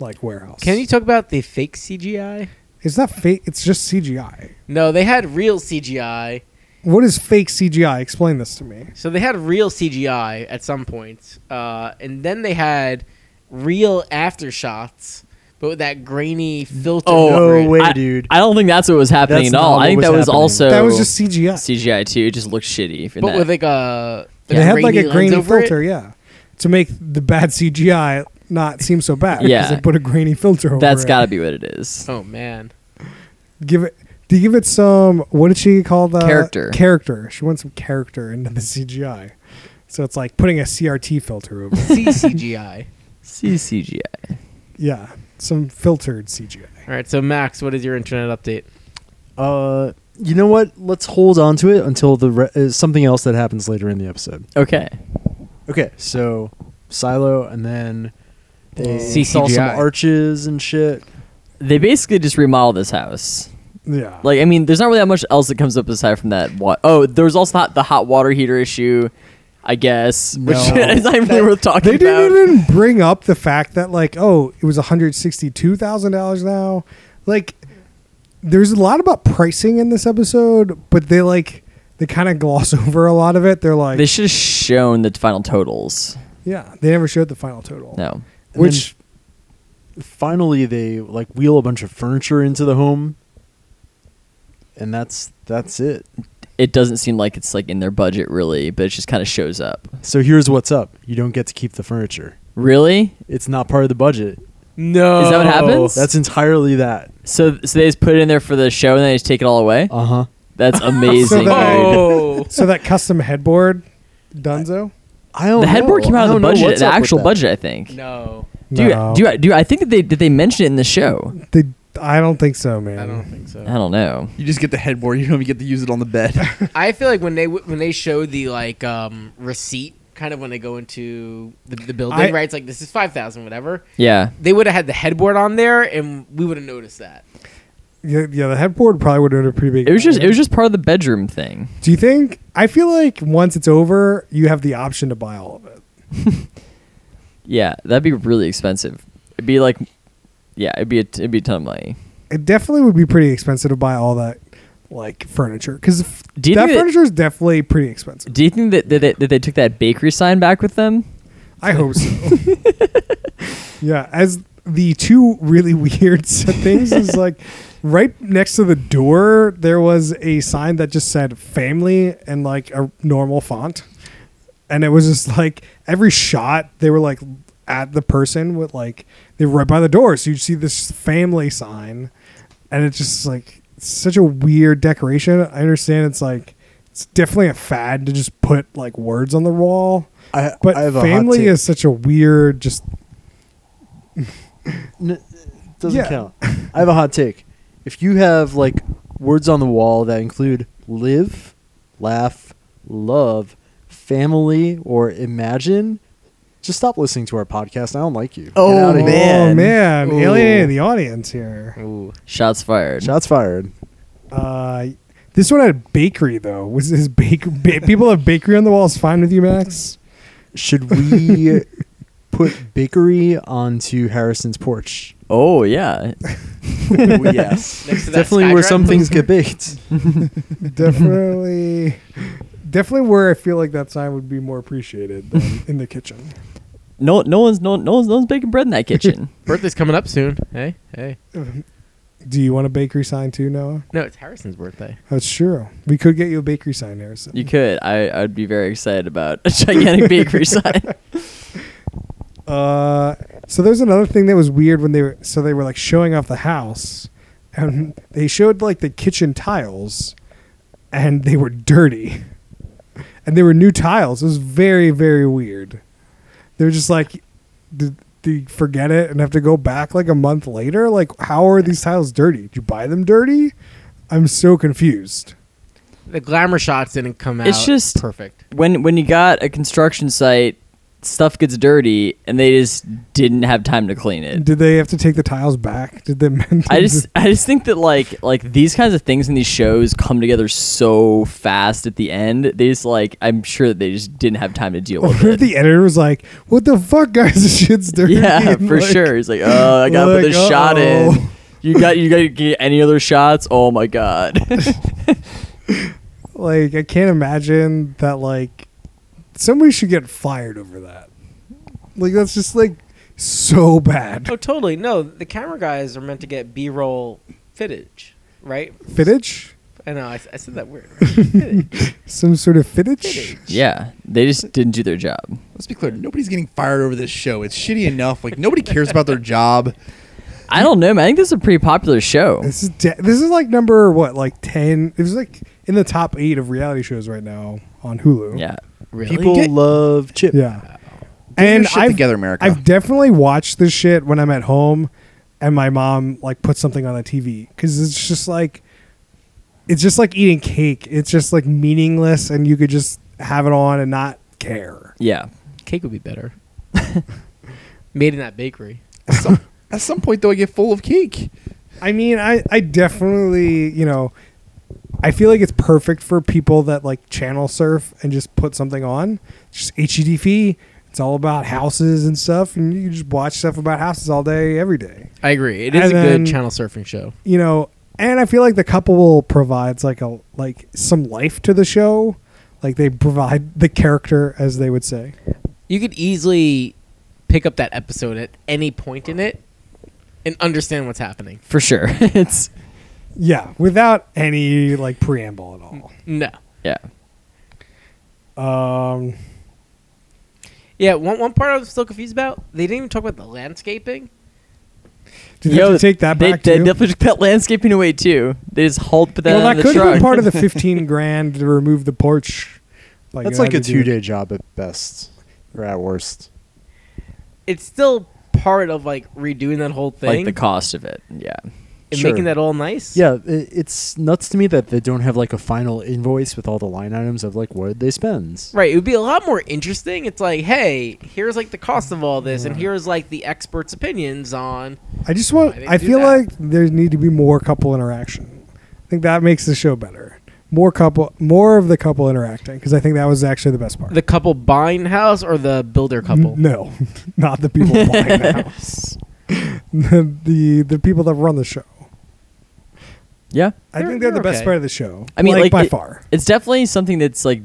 A: like warehouse.
C: Can you talk about the fake CGI?
A: It's not fake, it's just CGI.
C: No, they had real CGI.
A: What is fake CGI? Explain this to me.
C: So they had real CGI at some point, uh, and then they had real after shots, but with that grainy filter.
B: Oh,
C: over it.
E: no way,
B: I,
E: dude.
B: I don't think that's what was happening
E: That's
B: at all.
E: not
B: I think
E: what
B: that
E: was
B: was
E: happening.
B: also
A: that was just CGI.
B: CGI too. It just looked shitty. For
C: but
B: that.
C: with like a
A: They had like
C: grainy
A: a
C: lens
A: grainy
C: over it.
A: filter, yeah, to make the bad CGI not seem so bad. 'cause
B: Yeah.
A: they put a grainy filter over.
B: That's
A: it.
B: got to be what it is.
C: Oh man,
A: give it. Do you give it some? What did she call the
B: Character.
A: Character. She wants some character into the CGI. So it's like putting a CRT filter over. it.
C: C CGI.
B: CCGI.
A: yeah, some filtered CGI.
C: All right, so Max, what is your internet update?
E: Uh, you know what? Let's hold on to it until the re- uh, something else that happens later in the episode.
B: Okay.
E: Okay, so silo, and then they
C: CCGI.
E: saw some arches and shit.
B: They basically just remodeled this house.
A: Yeah,
B: Like, I mean, there's not really that much else that comes up aside from that. What? Oh, there was also not the hot water heater issue, I guess, which
E: No.
B: is not even really worth talking
A: they
B: about.
A: didn't even bring up the fact that like oh it was one hundred sixty two thousand dollars now. Like there's a lot about pricing in this episode, but they like they kind of gloss over a lot of it. They're like
B: They should have shown the final totals.
A: Yeah, they never showed the final total.
B: No.
E: And
A: Which
E: Finally, they like wheel a bunch of furniture into the home, and that's that's it.
B: It doesn't seem like it's like in their budget really, but it just kind of shows up.
E: So here's what's up: you don't get to keep the furniture.
B: Really?
E: It's not part of the budget.
C: No,
B: Is that what happens?
E: Oh, That's entirely that.
B: So, so they just put it in there for the show and they just take it all away.
A: Oh.
E: Uh huh.
B: That's amazing.
A: that-
B: dude.
C: Oh,
A: so that custom headboard, Dunzo.
E: I don't.
B: the headboard
E: know.
B: came
E: I
B: out of the
E: don't know
B: budget,
E: what's
B: the
E: up with
B: actual
E: that.
B: budget, I think.
C: no,
B: Do
A: No.
B: you, do you, do you- I think that they did they mention it in the show?
A: They, I don't think so, man.
C: I don't think so.
B: I don't know.
D: You just get the headboard. You don't even get to use it on the bed.
C: I feel like when they when they show the like um receipt kind of when they go into the, the building,
A: I-
C: right? It's like this is five thousand, whatever.
B: Yeah.
C: They would have had the headboard on there, and we would have noticed that.
A: Yeah, yeah, the headboard probably would have been a pretty big.
B: It was just it was just part of the bedroom thing.
A: Do you think? I feel like once it's over, you have the option to buy all of it.
B: Yeah, that'd be really expensive. It'd be like yeah, it'd be a, it'd be a ton of money.
A: It definitely would be pretty expensive to buy all that, like furniture, because that
B: Do you think that-
A: furniture is definitely pretty expensive.
B: Do you think that that, that that they took that bakery sign back with them?
A: I hope so. yeah, as the two really weird s- things is like right next to the door there was a sign that just said family and like a normal font. And it was just like every shot they were like at the person with like they were right by the door so you'd see this family sign and it's just like such a weird decoration. I understand it's like it's definitely a fad to just put like words on the wall,
E: I,
A: but
E: I have a hot
A: family
E: take.
A: is such a weird just
E: N- doesn't
A: Yeah.
E: count. I have a hot take. If you have like words on the wall that include live, laugh, love, family, or imagine, just stop listening to our podcast. I don't like you. Get
D: Oh,
E: outta here.
D: man.
A: oh man,
C: Ooh.
A: alienating the audience here.
C: Ooh.
B: Shots fired.
E: Shots fired.
A: Uh, this one had bakery though. Was his bake ba- people have bakery on the wall? Is fine with you, Max?
E: Should we put bakery onto Harrison's porch?
B: Oh yeah.
E: yes.
C: Next to that
E: Definitely where
C: Skydrive
E: some
C: poster.
E: things get baked.
A: definitely, definitely where I feel like that sign would be more appreciated than in the kitchen.
B: No, no one's no, no one's no one's baking bread in that kitchen.
C: Birthday's coming up soon. Hey, hey.
A: Do you want a bakery sign too, Noah?
C: No, it's Harrison's birthday.
A: That's true. We could get you a bakery sign, Harrison.
B: you could. I I'd be very excited about a gigantic bakery sign.
A: Uh, so there's another thing that was weird when they were so they were like showing off the house, and they showed like the kitchen tiles, and they were dirty, and they were new tiles. It was very very weird. They were just like, did, did you forget it and have to go back like a month later? Like, how are these tiles dirty? Did you buy them dirty? I'm so confused.
C: The glamour shots didn't come out.
B: It's just-
C: perfect.
B: When when you got a construction site, stuff gets dirty, and they just didn't have time to clean it.
A: Did they have to take the tiles back? Did they? meant to-
B: I just I just think that like like these kinds of things in these shows come together so fast at the end. They just like I'm sure that they just didn't have time to deal
A: I
B: with
A: wonder if
B: it.
A: the editor was like, "What the fuck, guys? This shit's dirty."
B: yeah,
A: And,
B: for
A: like,
B: sure. He's like, oh, I gotta
A: like,
B: put
A: oh.
B: this shot
A: uh-oh.
B: in. You got you gotta get any other shots? Oh my god.
A: Like, I can't imagine that. Like, somebody should get fired over that. Like, that's just like so bad
F: Oh, totally. No, the camera guys are meant to get B-roll footage, right?
A: footage.
F: I know. I, s- I said that weird.
A: Some sort of footage.
B: yeah, they just didn't do their job.
D: Let's be clear. Nobody's getting fired over this show. It's shitty enough. Like nobody cares about their job.
B: I don't know, man. I think this is a pretty popular show.
A: This is de- this is like number what, like ten? It was like in the top eight of reality shows right now on Hulu.
B: Yeah.
C: Really?
E: People
D: Get-
E: love chip.
A: yeah.
D: Get your
A: Uh, And
D: shit
A: I've
D: together, America.
A: I've definitely watched this shit when I'm at home and my mom like puts something on the TV because it's just like it's just like eating cake. It's just like meaningless and you could just have it on and not care.
B: Yeah.
C: Cake would be better. Made in that bakery.
D: at, some, at some point, though, I get full of cake.
A: I mean, I I definitely, you know, I feel like it's perfect for people that like channel surf and just put something on. Just E HEDV. It's all about houses and stuff and you just watch stuff about houses all day every day.
C: I agree. It is
A: And
C: a
A: then-
C: good channel surfing show.
A: you know, and I feel like the couple provides like a like some life to the show. Like they provide the character, as they would say.
C: You could easily pick up that episode at any point in it and understand what's happening.
B: For sure. it's
A: Yeah, without any like preamble at all.
C: No.
B: yeah.
A: Um,
C: Yeah, one, one part I was still confused about, they didn't even talk about the landscaping.
A: did you have to take that
B: they,
A: back
B: They
A: too?
B: definitely took that landscaping away too. They just hauled put that
A: well,
B: in
A: that
B: the
A: could have
B: truck.
A: been part of the fifteen grand to remove the porch. Like,
E: That's
A: you
E: like a
A: had to do-
E: two day job at best, or at worst.
C: It's still part of like redoing that whole
B: like
C: thing
B: the cost of it. Yeah.
C: and
E: Sure.
C: making that all nice.
E: Yeah, i it's nuts to me that they don't have like a final invoice with all the line items of like what they spend.
C: Right, it would be a lot more interesting. It's like, hey, here's like the cost of all this, and here's like the experts' opinions on.
A: I just want.
C: Why they
A: I
C: do
A: feel
C: that?
A: like there need to be more couple interaction. I think that makes the show better. More couple, more of the couple interacting because I think that was actually the best part.
C: The couple buying house or the builder couple?
A: No, not the people buying the house. the, the the people that run the show.
B: Yeah.
A: I
C: They're-
A: think they're the
C: they're
A: best
C: okay.
A: part of the show.
B: I mean, like,
A: by
B: it-
A: far.
B: It's definitely something that's like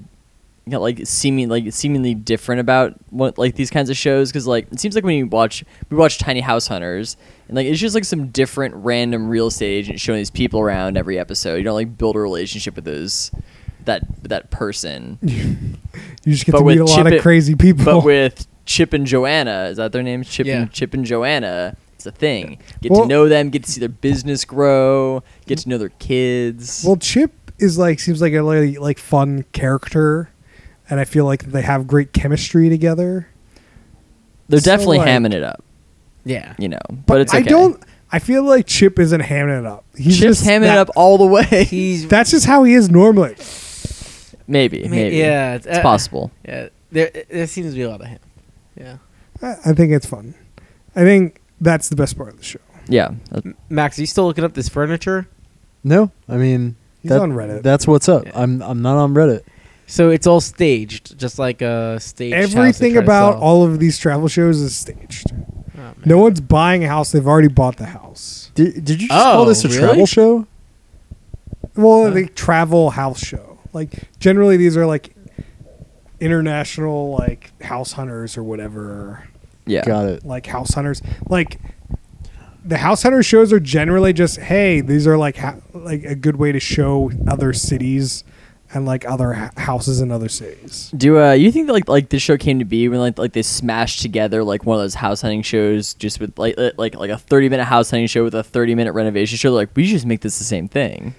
B: you know, like seeming like seemingly different about what like these kinds of shows because like it seems like when you watch we watch Tiny House Hunters and like it's just like some different random real estate agent showing these people around every episode. You don't like build a relationship with those that that person.
A: You just get
B: but
A: to meet
B: with
A: a lot
B: Chip
A: of
B: it-
A: crazy people.
B: But with Chip and Joanna, is that their names? Chip
C: Yeah.
B: and Chip and Joanna. It's a thing. Get
A: Well-
B: to know them, get to see their business grow, get to know their kids.
A: Well, Chip is like seems like a really like fun character, and I feel like they have great chemistry together.
B: They're
A: so,
B: definitely
A: like-
B: hamming it up,
C: Yeah.
B: you know. But, it's okay.
A: I don't. I feel like Chip isn't hamming it up. He's
B: Chip's
A: just
B: hamming
A: that-
B: it up all the way.
F: He's
A: That's just how he is normally.
B: maybe, maybe.
C: Yeah, uh,
B: it's, possible.
C: Yeah, there, there seems to be a lot of him. Yeah.
A: I I think it's fun. I think that's the best part of the show.
B: Yeah, uh, that-
F: Max. Are you still looking up this furniture?
E: No, I mean
A: He's on Reddit.
E: That's what's up.
C: Yeah.
E: I'm I'm not on Reddit.
F: So it's all staged, just like a stage.
A: Everything about all of these travel shows is staged.
C: Oh,
A: No one's buying a house; they've already bought the house.
E: Did, did you just call
C: Oh,
E: this a
C: really?
E: travel show?
A: Well, the travel house show. Like generally, these are like international, like house hunters or whatever.
B: yeah.
E: Got it.
A: Like house hunters, like the house hunter shows are generally just hey, these are like ha- like a good way to show other cities and like other ha- houses in other cities.
B: Do uh, you think that, like like this show came to be when like like they smashed together like one of those house hunting shows just with like uh, like like a thirty minute house hunting show with a thirty minute renovation show? They're like we should just make this the same thing.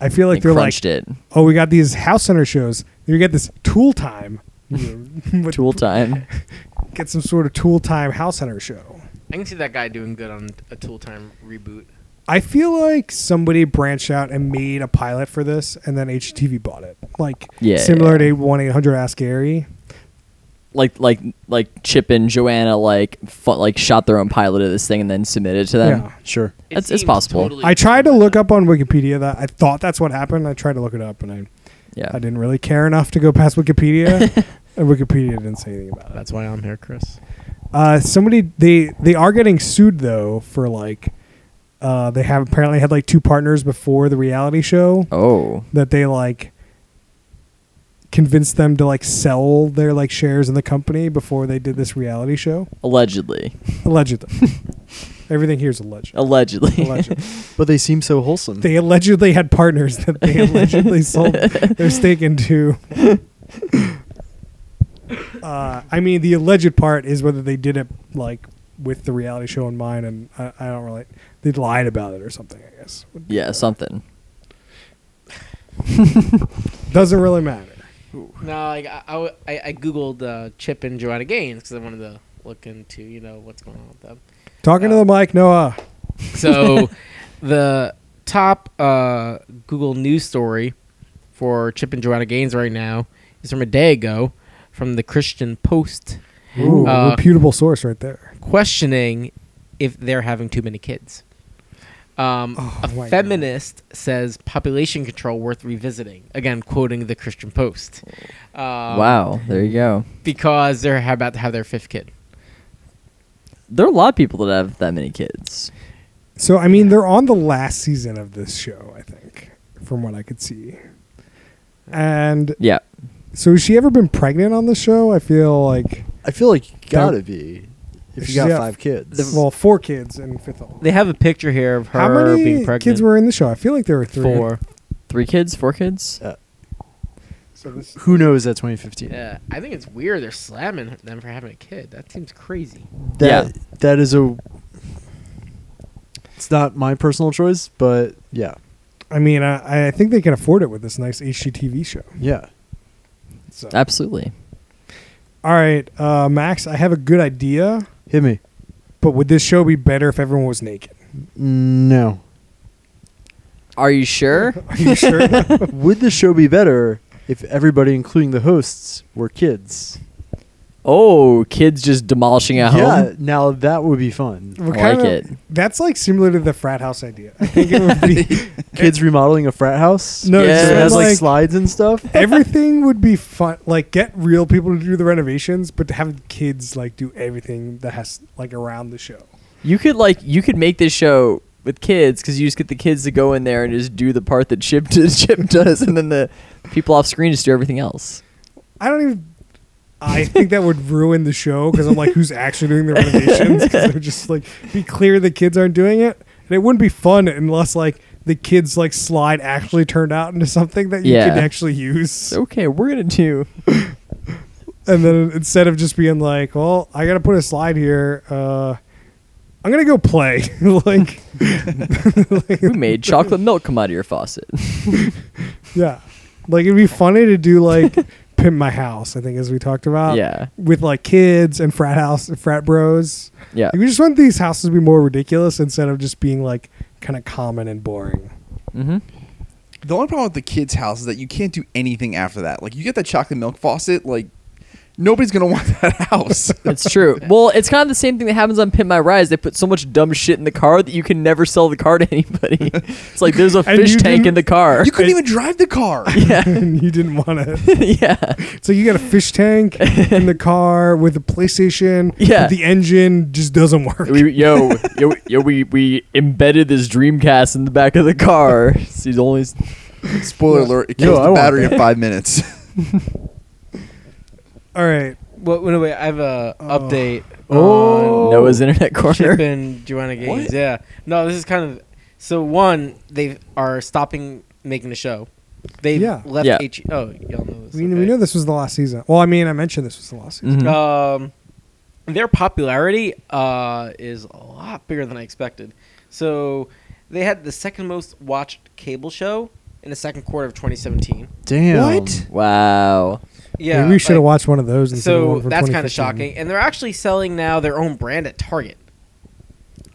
A: I feel like
B: They
A: they're like,
B: crunched it.
A: oh, we got these house hunter shows. Then we get this tool time. With-
B: Tool time.
A: get some sort of tool time house hunter show.
C: I can see that guy doing good on a Tool Time reboot.
A: I feel like somebody branched out and made a pilot for this, and then HTV bought it. Like
B: Yeah.
A: similar to one eight hundred Ask Gary.
B: like like like Chip and Joanna like fu- like shot their own pilot of this thing and then submitted it to them.
A: Yeah.
E: Sure.
C: It
B: That's- it's
C: seems
B: possible.
C: totally
A: I tried to
C: cool.
A: look up on Wikipedia that I thought that's what happened. I tried to look it up, and I
B: Yeah.
A: I didn't really care enough to go past Wikipedia. and Wikipedia didn't say anything about it.
F: That's why I'm here, Chris.
A: Uh, somebody they they are getting sued though for like uh, they have apparently had like two partners before the reality show.
B: Oh.
A: that they like convinced them to like sell their like shares in the company before they did this reality show.
B: Allegedly.
A: Allegedly. Everything here's alleged.
B: Allegedly.
A: Alleged.
E: But they seem so wholesome.
A: they allegedly had partners that they allegedly sold their stake into. Uh, I mean, the alleged part is whether they did it like with the reality show in mind, and I, I don't really. They lied about it or something, I guess.
B: yeah, something.
A: Doesn't really matter.
C: No, like I, I, w- I- I googled uh, Chip and Joanna Gaines because I wanted to look into you know what's going on with them.
A: Talking to
C: Uh,
A: the mic, Noah.
C: So, the top uh, Google news story for Chip and Joanna Gaines right now is from a day ago from the Christian Post,
A: Ooh,
C: Uh,
A: reputable source right there.
C: questioning if they're having too many kids. Um,
A: Oh,
C: a
A: my God.
C: feminist says population control worth revisiting. Again, quoting the Christian Post. Um,
B: wow. There you go.
C: Because they're ha- about to have their fifth kid.
B: There are a lot of people that have that many kids.
A: So I mean, they're on the last season of this show, I think, from what I could see. And
B: Yeah.
A: so, has she ever been pregnant on the show? I feel like
E: I feel like you gotta
A: They're-
E: be if
A: She's
E: you got
A: got-
E: five kids.
A: well, four kids and fifth. all.
F: They have a picture here of her
A: How many
F: being pregnant.
A: kids were in the show? I feel like there were three.
F: four?
B: Three kids, four kids?
E: Uh,
A: So this,
E: Who knows at 2015?
C: Yeah, I think it's weird they're slamming them for having a kid. That seems crazy.
E: That,
B: Yeah.
E: That is a. It's not my personal choice, but yeah,
A: I mean, I, I think they can afford it with this nice HGTV show.
E: yeah.
A: So.
B: Absolutely.
A: All right, uh, Max, I have a good idea,
E: Hit me.
A: but would this show be better if everyone was naked?
E: No.
B: Are you sure?
A: Are you sure?
E: Would the show be better if everybody, including the hosts, were kids?
B: oh, kids just demolishing a
E: Yeah.
B: home.
E: Now that would be fun.
A: We're
B: I like
A: kinda-
B: it.
A: That's like similar to the frat house idea. I think it would be
E: Kids remodeling a frat house.
A: no,
B: Yeah.
A: just
E: So it has like,
A: like
E: slides and stuff.
A: everything would be fun like get real people to do the renovations but to have kids like do everything that has like around the show
B: You could like you could make this show with kids because you just get the kids to go in there and just do the part that Chip does, Chip does, and then the people off screen just do everything else.
A: i don't even i think that would ruin the show because i'm like who's actually doing the renovations because they're just like be clear the kids aren't doing it and it wouldn't be fun unless like the kids like slide actually turned out into something that you
B: Yeah.
A: can actually use
B: Okay, we're gonna do.
A: and then instead of just being like well i gotta put a slide here uh I'm gonna go play. like,
B: Who made chocolate milk come out of your faucet?
A: yeah, like it'd be funny to do like pimp my house. I think as we talked about,
B: yeah,
A: with like kids and frat house, frat bros.
B: yeah.
A: Like, we just want these houses to be more ridiculous instead of just being like kind of common and boring.
B: Mm-hmm.
D: The only problem with the kids' house is that you can't do anything after that. Like you get that chocolate milk faucet, like nobody's gonna want that house.
B: It's true. Well, it's kind of the same thing that happens on Pimp My Rise. They put so much dumb shit in the car that you can never sell the car to anybody. It's like there's a
A: And
B: fish
A: you
B: tank
A: didn't-
B: in the car.
D: you couldn't even drive the car.
B: yeah,
A: and you didn't want to.
B: yeah.
A: So you got a fish tank in the car with a PlayStation.
B: Yeah.
A: but the engine just doesn't work.
B: We, yo, yo, yo, we, we embedded this Dreamcast in the back of the car. It's the only.
D: Spoiler alert: it
E: Yo,
D: kills
E: I
D: the
E: want
D: battery
E: that.
D: in five minutes.
A: All right.
C: Well, no, wait, I have a
A: Oh.
C: update.
E: Oh.
C: on
B: Noah's Internet Corner.
C: Shipping Joanna Gaines. Yeah. No, this is kind of so one, they are stopping making the show. They've
A: Yeah.
C: left
B: Yeah.
C: H oh, y'all know this.
A: We, we
C: okay.
A: know this was the last season. Well, I mean, I mentioned this was the last season.
B: Mhm.
C: Um their popularity uh is a lot bigger than I expected. So they had the second most watched cable show in the second quarter of 2017.
E: Damn.
A: What?
B: Wow.
C: Yeah.
A: Maybe we should have
C: like-
A: watched one of those. Instead of
C: So
A: one from
C: that's kind
A: 2015.
C: of shocking. And they're actually selling now their own brand at Target.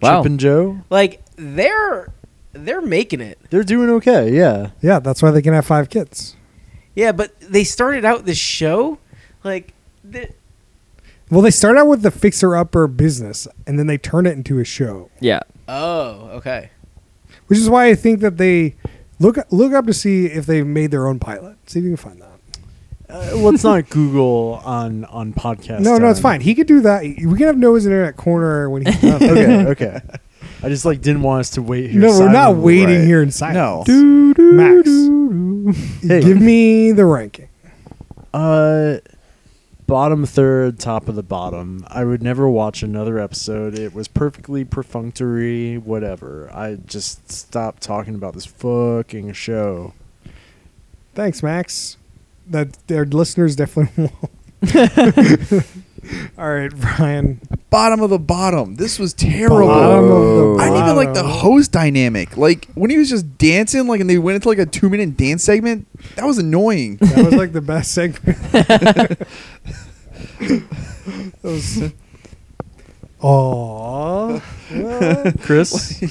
B: Wow.
E: Chip and Joe?
C: Like they're they're making it.
E: They're doing okay, yeah.
A: Yeah, that's why they can have five kids.
C: Yeah, but they started out this show like th-
A: Well, they start out with the fixer upper business, and then they turn it into a show,
B: Yeah.
C: oh, okay.
A: which is why I think that they look look up to see if they've made their own pilot. See if you can find that.
E: Uh, let's not Google on on podcast.
A: no, no, it's
E: time.
A: fine. He could do that. We can have Noah's internet corner when he's done.
E: okay, okay. I just like didn't want us to wait here.
A: No, we're not
E: silently.
A: waiting
D: Right.
A: here in silence.
D: No.
A: Max,
E: Hey.
A: give me the ranking.
E: Uh, bottom third, top of the bottom. I would never watch another episode. It was perfectly perfunctory. Whatever. I just stopped talking about this fucking show.
A: Thanks, Max. That their listeners definitely won't. All right, Brian.
D: bottom of the bottom. This was terrible.
A: Bottom of the
D: I didn't even like the
A: bottom.
D: host dynamic. Like when he was just dancing, like and they went into like a two minute dance segment. That was annoying.
A: That was like the best segment. that was. Aw.
E: Chris,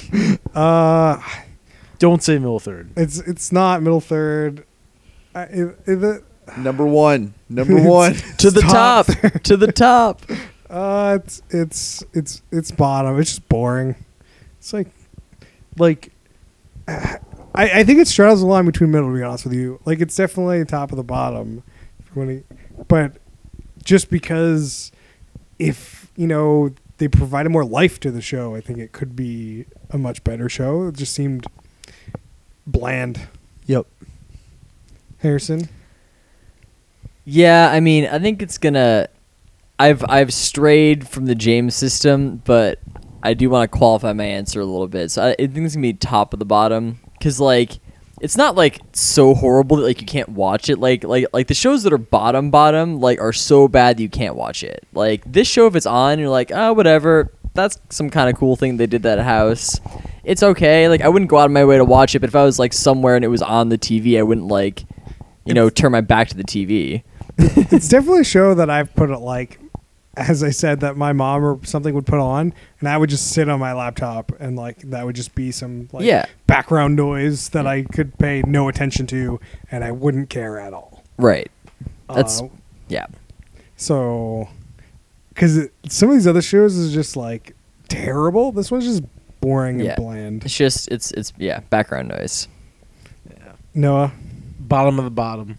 A: Uh,
E: don't say middle third.
A: it's it's not middle third. I, it, it,
D: Number one. Number one.
B: To the
A: Top
B: top. to the top.
A: uh, it's it's it's it's bottom. It's just boring. It's like
E: Like,
A: I, I think it straddles the line between middle. To be honest with you, like it's definitely top of the bottom, when he, but just because if you know they provided more life to the show, I think it could be a much better show. It just seemed bland.
E: yep.
A: Harrison,
B: Yeah, I mean, I think it's gonna. I've I've strayed from the James system, but I do want to qualify my answer a little bit. So I, I think it's gonna be top of the bottom because like it's not like so horrible that like you can't watch it. Like like like the shows that are bottom bottom like are so bad that you can't watch it. Like this show, if it's on, you're like oh whatever. That's some kind of cool thing they did that house. It's okay. Like I wouldn't go out of my way to watch it, but if I was like somewhere and it was on the TV, I wouldn't like you know turn my back to the TV.
A: it's definitely a show that I've put it like, as I said, that my mom or something would put on, and I would just sit on my laptop and like that would just be some like
B: Yeah. Mm.
A: background noise that I could pay no attention to, and I wouldn't care at all.
B: Right. That's
A: Uh,
B: yeah.
A: so because some of these other shows is just like terrible. This one's just boring
B: Yeah.
A: and bland.
B: It's just it's it's yeah, background noise.
A: Noah,
C: Bottom of the bottom.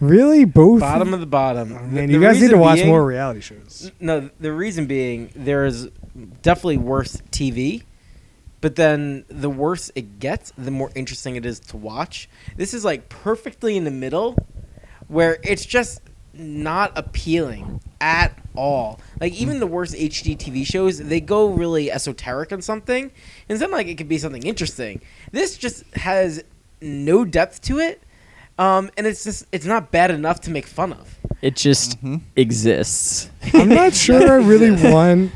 A: really? Both?
C: Bottom of the bottom.
A: Man,
C: The-
A: you
C: the
A: guys need to
C: reason
A: watch
C: being-
A: more reality shows.
C: No, the reason being there is definitely worse TV, but then the worse it gets, the more interesting it is to watch. This is like perfectly in the middle where it's just not appealing at all. Like even the worst HD TV shows, they go really esoteric on something, and then like it could be something interesting. This just has no depth to it. Um, and it's just it's not bad enough to make fun of.
B: It just exists.
A: I'm not sure I really want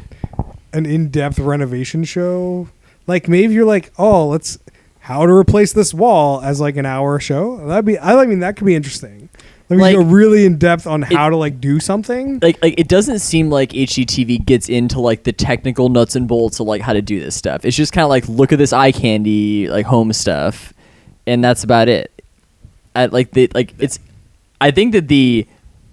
A: an in-depth renovation show. Like maybe you're like, oh, let's how to replace this wall as like an hour show. That'd be I mean that could be interesting. Let me
B: Like-
A: go really in depth on how to like do something.
B: like like it doesn't seem like HGTV gets into like the technical nuts and bolts of like how to do this stuff. It's just kind of like look at this eye candy like home stuff, and that's about it. I like the like it's. I think that the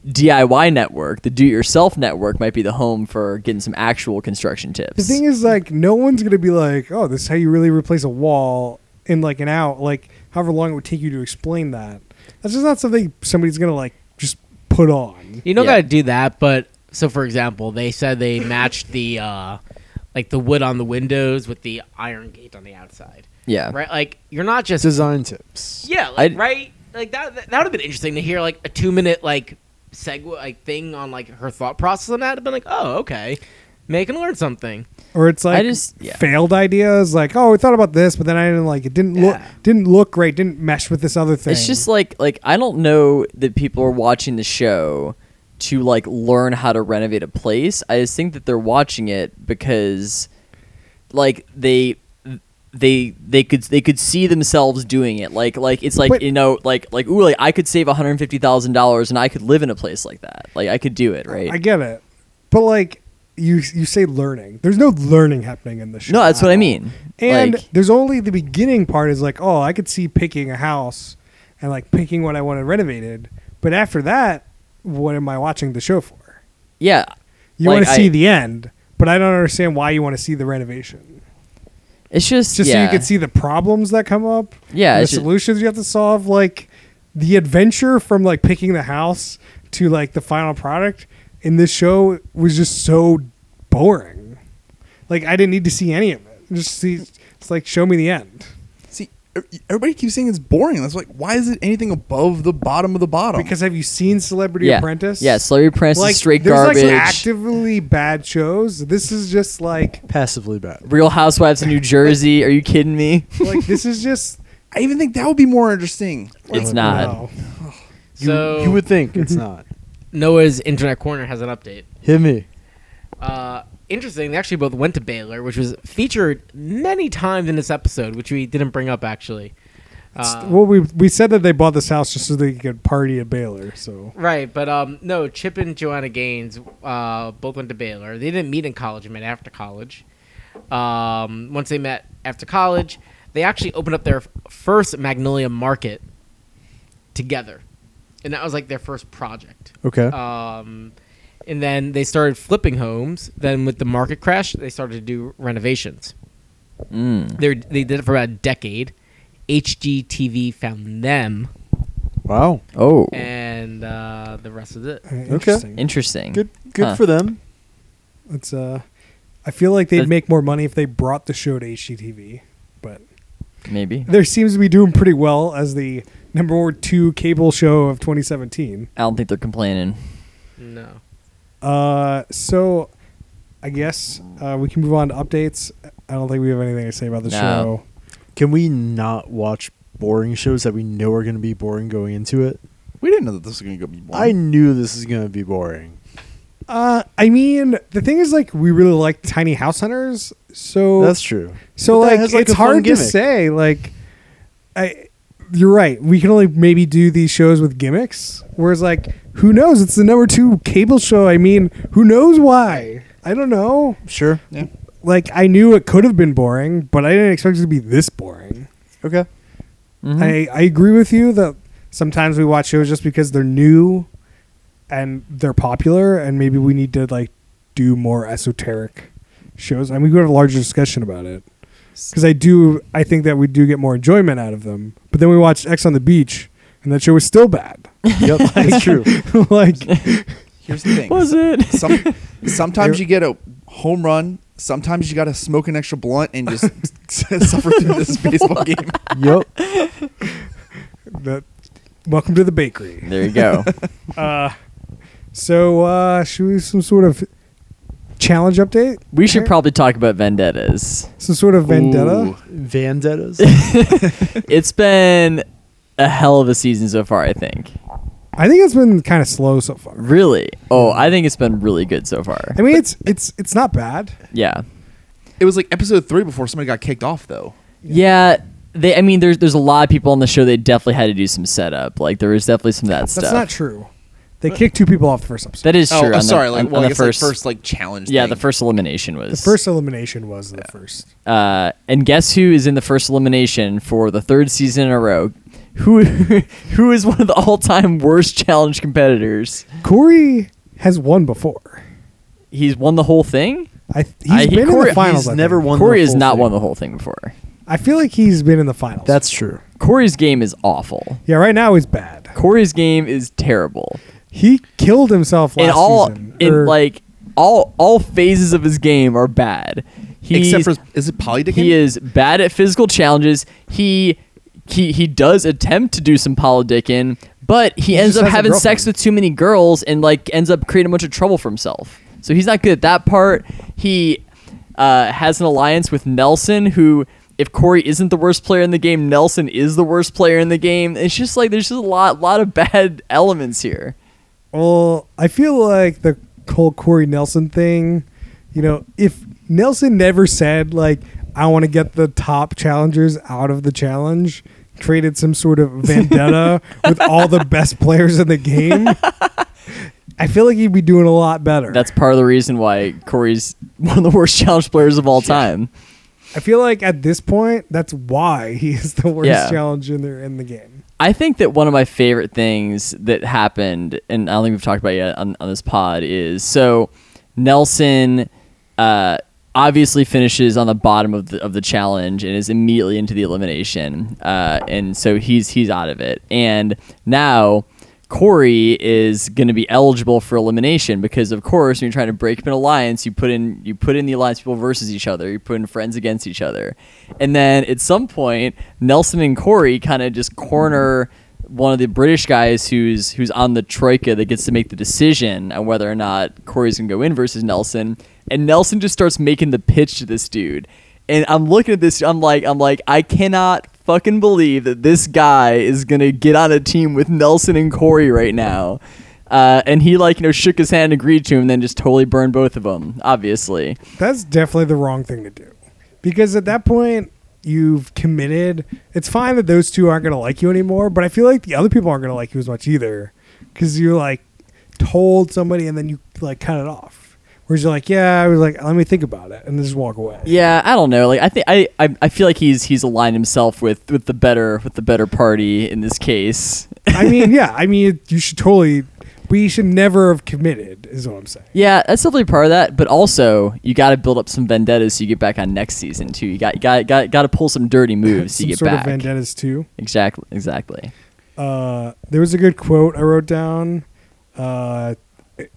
B: DIY network, the do-it-yourself network, might be the home for getting some actual construction tips.
A: The thing is, like, no one's gonna be like, "Oh, this is how you really replace a wall in like an hour." Like, however long it would take you to explain that. That's just not something somebody's gonna like just put on.
C: You don't
B: Yeah.
C: gotta do that, but so for example, they said they matched the uh like the wood on the windows with the iron gate on the outside.
B: yeah,
C: Right? Like you're not just
E: Design tips.
C: Yeah, like,
B: I-
C: right? Like that that would have been interesting to hear like a two minute like segue like thing on like her thought process on that. I'd been like, Oh, okay. Make and learn something.
A: Or it's like
B: just- yeah.
A: failed ideas, like, "Oh, we thought about this, but then I didn't like it. Didn't look
C: Yeah.
A: didn't look great. Didn't mesh with this other thing."
B: It's just like like I don't know that people are watching the show to like learn how to renovate a place. I just think that they're watching it because like they they they could they could see themselves doing it. Like like it's like
A: But-
B: you know like like ooh like I could save one hundred fifty thousand dollars and I could live in a place like that. Like I could do it right.
A: I get it, but like. You, you say learning. There's no learning happening in the show.
B: no, that's
A: at
B: what I
A: all.
B: mean.
A: And
B: like,
A: there's only the beginning part is like, oh, I could see picking a house and like picking what I want renovated. But after that, what am I watching the show for?
B: yeah,
A: You
B: Like,
A: want to see
B: I-
A: the end, but I don't understand why you want to see the renovation.
B: it's just
A: It's just
B: yeah.
A: so you can see the problems that come up,
B: Yeah,
A: and the
B: it's ju-
A: solutions you have to solve, like the adventure from like picking the house to like the final product in this show was just so boring. Like I didn't need to see any of it. Just see, it's like show me the end.
D: See, er- everybody keeps saying it's boring. That's like, why is it anything above the bottom of the bottom?
A: Because have you seen Celebrity
B: yeah.
A: Apprentice?
B: Yeah, Slurry Apprentice is
A: like
B: straight
A: there's
B: garbage.
A: like actively bad shows. This is just like
E: Passively bad.
B: Real Housewives of New Jersey. Are you kidding me?
A: like this is just
D: I even think that would be more interesting.
B: It's not.
A: wow.
E: You,
C: so
E: you would think it's not.
C: Noah's Internet Corner has an update.
E: Hit me.
C: Uh, interesting. They actually both went to Baylor, which was featured many times in this episode, which we didn't bring up actually. Uh,
A: well, we we said that they bought this house just so they could party at Baylor. So
C: right, but um, no. Chip and Joanna Gaines uh, both went to Baylor. They didn't meet in college; they met after college. Um, once they met after college, they actually opened up their f- first Magnolia Market together, and that was like their first project.
E: Okay.
C: Um, and then they started flipping homes. Then with the market crash, they started to do renovations.
B: Mm.
C: They they did it for about a decade. HGTV found them,
E: wow.
B: Oh,
C: and uh, the rest of it.
A: interesting.
B: interesting.
E: Good. Good
B: Huh.
E: for them.
A: It's uh, I feel like they'd
B: That-
A: make more money if they brought the show to HGTV, but
B: Maybe.
A: there seems to be doing pretty well as the number two cable show of 2017.
B: I don't think they're complaining.
C: No,
A: Uh, so I guess uh, we can move on to updates. I don't think we have anything to say about the
B: No.
A: show.
E: Can we not watch boring shows that we know are going to be boring going into it?
D: We didn't know that this was going to be
E: I
D: boring.
E: knew this is going to be boring.
A: Uh, I mean, the thing is, like, we really like Tiny House Hunters, so
E: That's true.
A: so
E: But that
A: like,
E: has, like,
A: it's
E: a fun
A: hard to
E: gimmick.
A: say. Like, I, you're right. We can only maybe do these shows with gimmicks. Whereas, like, who knows? It's the number two cable show. I mean, who knows why? I don't know.
E: Sure.
D: Yeah.
A: Like, I knew it could have been boring, but I didn't expect it to be this boring.
E: Okay.
A: I, I agree with you that sometimes we watch shows just because they're new and they're popular and maybe we need to like do more esoteric shows and we could have a larger discussion about it because i do i think that we do get more enjoyment out of them but then we watched x on the beach and that show was still bad
E: Yep. That's true.
A: like
D: Here's the thing.
B: Was it?
D: Some, sometimes you get a home run. Sometimes you got to smoke an extra blunt and just suffer through this baseball game.
E: Yep.
A: that welcome to the bakery
B: There you go.
A: uh, so uh should we some sort of challenge update
B: we should probably talk about vendettas.
A: some sort of vendetta
D: Ooh.
E: Vendettas.
B: It's been a hell of a season so far, I think.
A: I think it's been kind of slow so far.
B: Really? Oh, I think it's been really good so far.
A: I mean, it's it's it's not bad.
B: Yeah.
D: It was like episode three before somebody got kicked off, though.
B: Yeah. They, I mean, there's there's a lot of people on the show. They definitely had to do some setup. Like there was definitely some of that stuff.
A: That's not true. They kicked two people off the first episode.
B: That is true.
D: oh,
B: on
D: I'm
B: the-
D: sorry. Like,
B: on-
D: well,
B: on the
D: I guess
B: first,
D: like first like challenge.
B: yeah,
D: thing.
B: the first elimination was
A: the first elimination was the first.
B: Uh, and guess who is in the first elimination for the third season in a row? Who who is one of the all-time worst challenge competitors?
A: Corey has won before.
B: He's won the whole thing.
A: I he's
B: I- he-
A: been in
B: Corey-
A: the finals.
E: he's
A: I
E: never
A: think.
E: won.
B: Corey
E: the
B: has
E: full
B: not
E: thing.
B: won the whole thing before.
A: I feel like he's been in the finals.
E: That's true.
B: Corey's game is awful.
A: yeah. Right now he's bad.
B: Corey's game is terrible.
A: He killed himself last
B: in all
A: season. Er,
B: in
A: or-
B: like all all phases of his game are bad. He's,
D: except for is it polydicking?
B: he is bad at physical challenges. He he he does attempt to do some polydicking, but he, ends
A: just
B: up
A: has a
B: having sex
A: girlfriend.
B: with too many girls and like ends up creating a bunch of trouble for himself. So he's not good at that part. He uh, has an alliance with Nelson, who if Corey isn't the worst player in the game, Nelson is the worst player in the game. It's just like there's just a lot lot of bad elements here.
A: Well, I feel like the whole Corey Nelson thing, you know, if Nelson never said, like, I want to get the top challengers out of the challenge, created some sort of vendetta with all the best players in the game, I feel like he'd be doing a lot better.
B: That's part of the reason why Corey's one of the worst challenge players of all time.
A: I feel like at this point, that's why he is the worst
B: Yeah.
A: challenger in the game.
B: I think that one of my favorite things that happened, and I don't think we've talked about it yet on, on this pod, is so Nelson uh, obviously finishes on the bottom of the of the challenge and is immediately into the elimination, uh, and so he's he's out of it. And now Corey is going to be eligible for elimination because, of course, when you're trying to break up an alliance, you put in you put in the alliance people versus each other. You put in friends against each other, and then at some point, Nelson and Corey kind of just corner one of the British guys who's who's on the troika that gets to make the decision on whether or not Corey's going to go in versus Nelson, and Nelson just starts making the pitch to this dude, and I'm looking at this. I'm like, I'm like, I cannot fucking believe that this guy is gonna get on a team with Nelson and Corey right now. Uh, and he like you know shook his hand, agreed to him, then just totally burned both of them. Obviously,
A: That's definitely the wrong thing to do. Because at that point, you've committed. It's fine that those two aren't going to like you anymore, but I feel like the other people aren't going to like you as much either. Because you like told somebody and then you like cut it off. Whereas you're like, yeah, I was like, let me think about it and then just walk away.
B: yeah, I don't know. Like I think I, I I feel like he's he's aligned himself with with the better with the better party in this case.
A: I mean, yeah, I mean, you should totally, but you should never have committed, is what I'm saying.
B: Yeah, that's definitely part of that. But also, you got to build up some vendettas so you get back on next season too. You got you got got got to pull some dirty moves so
A: Some
B: you get
A: sort
B: back.
A: of vendettas too.
B: Exactly, exactly.
A: Uh, there was a good quote I wrote down. Uh,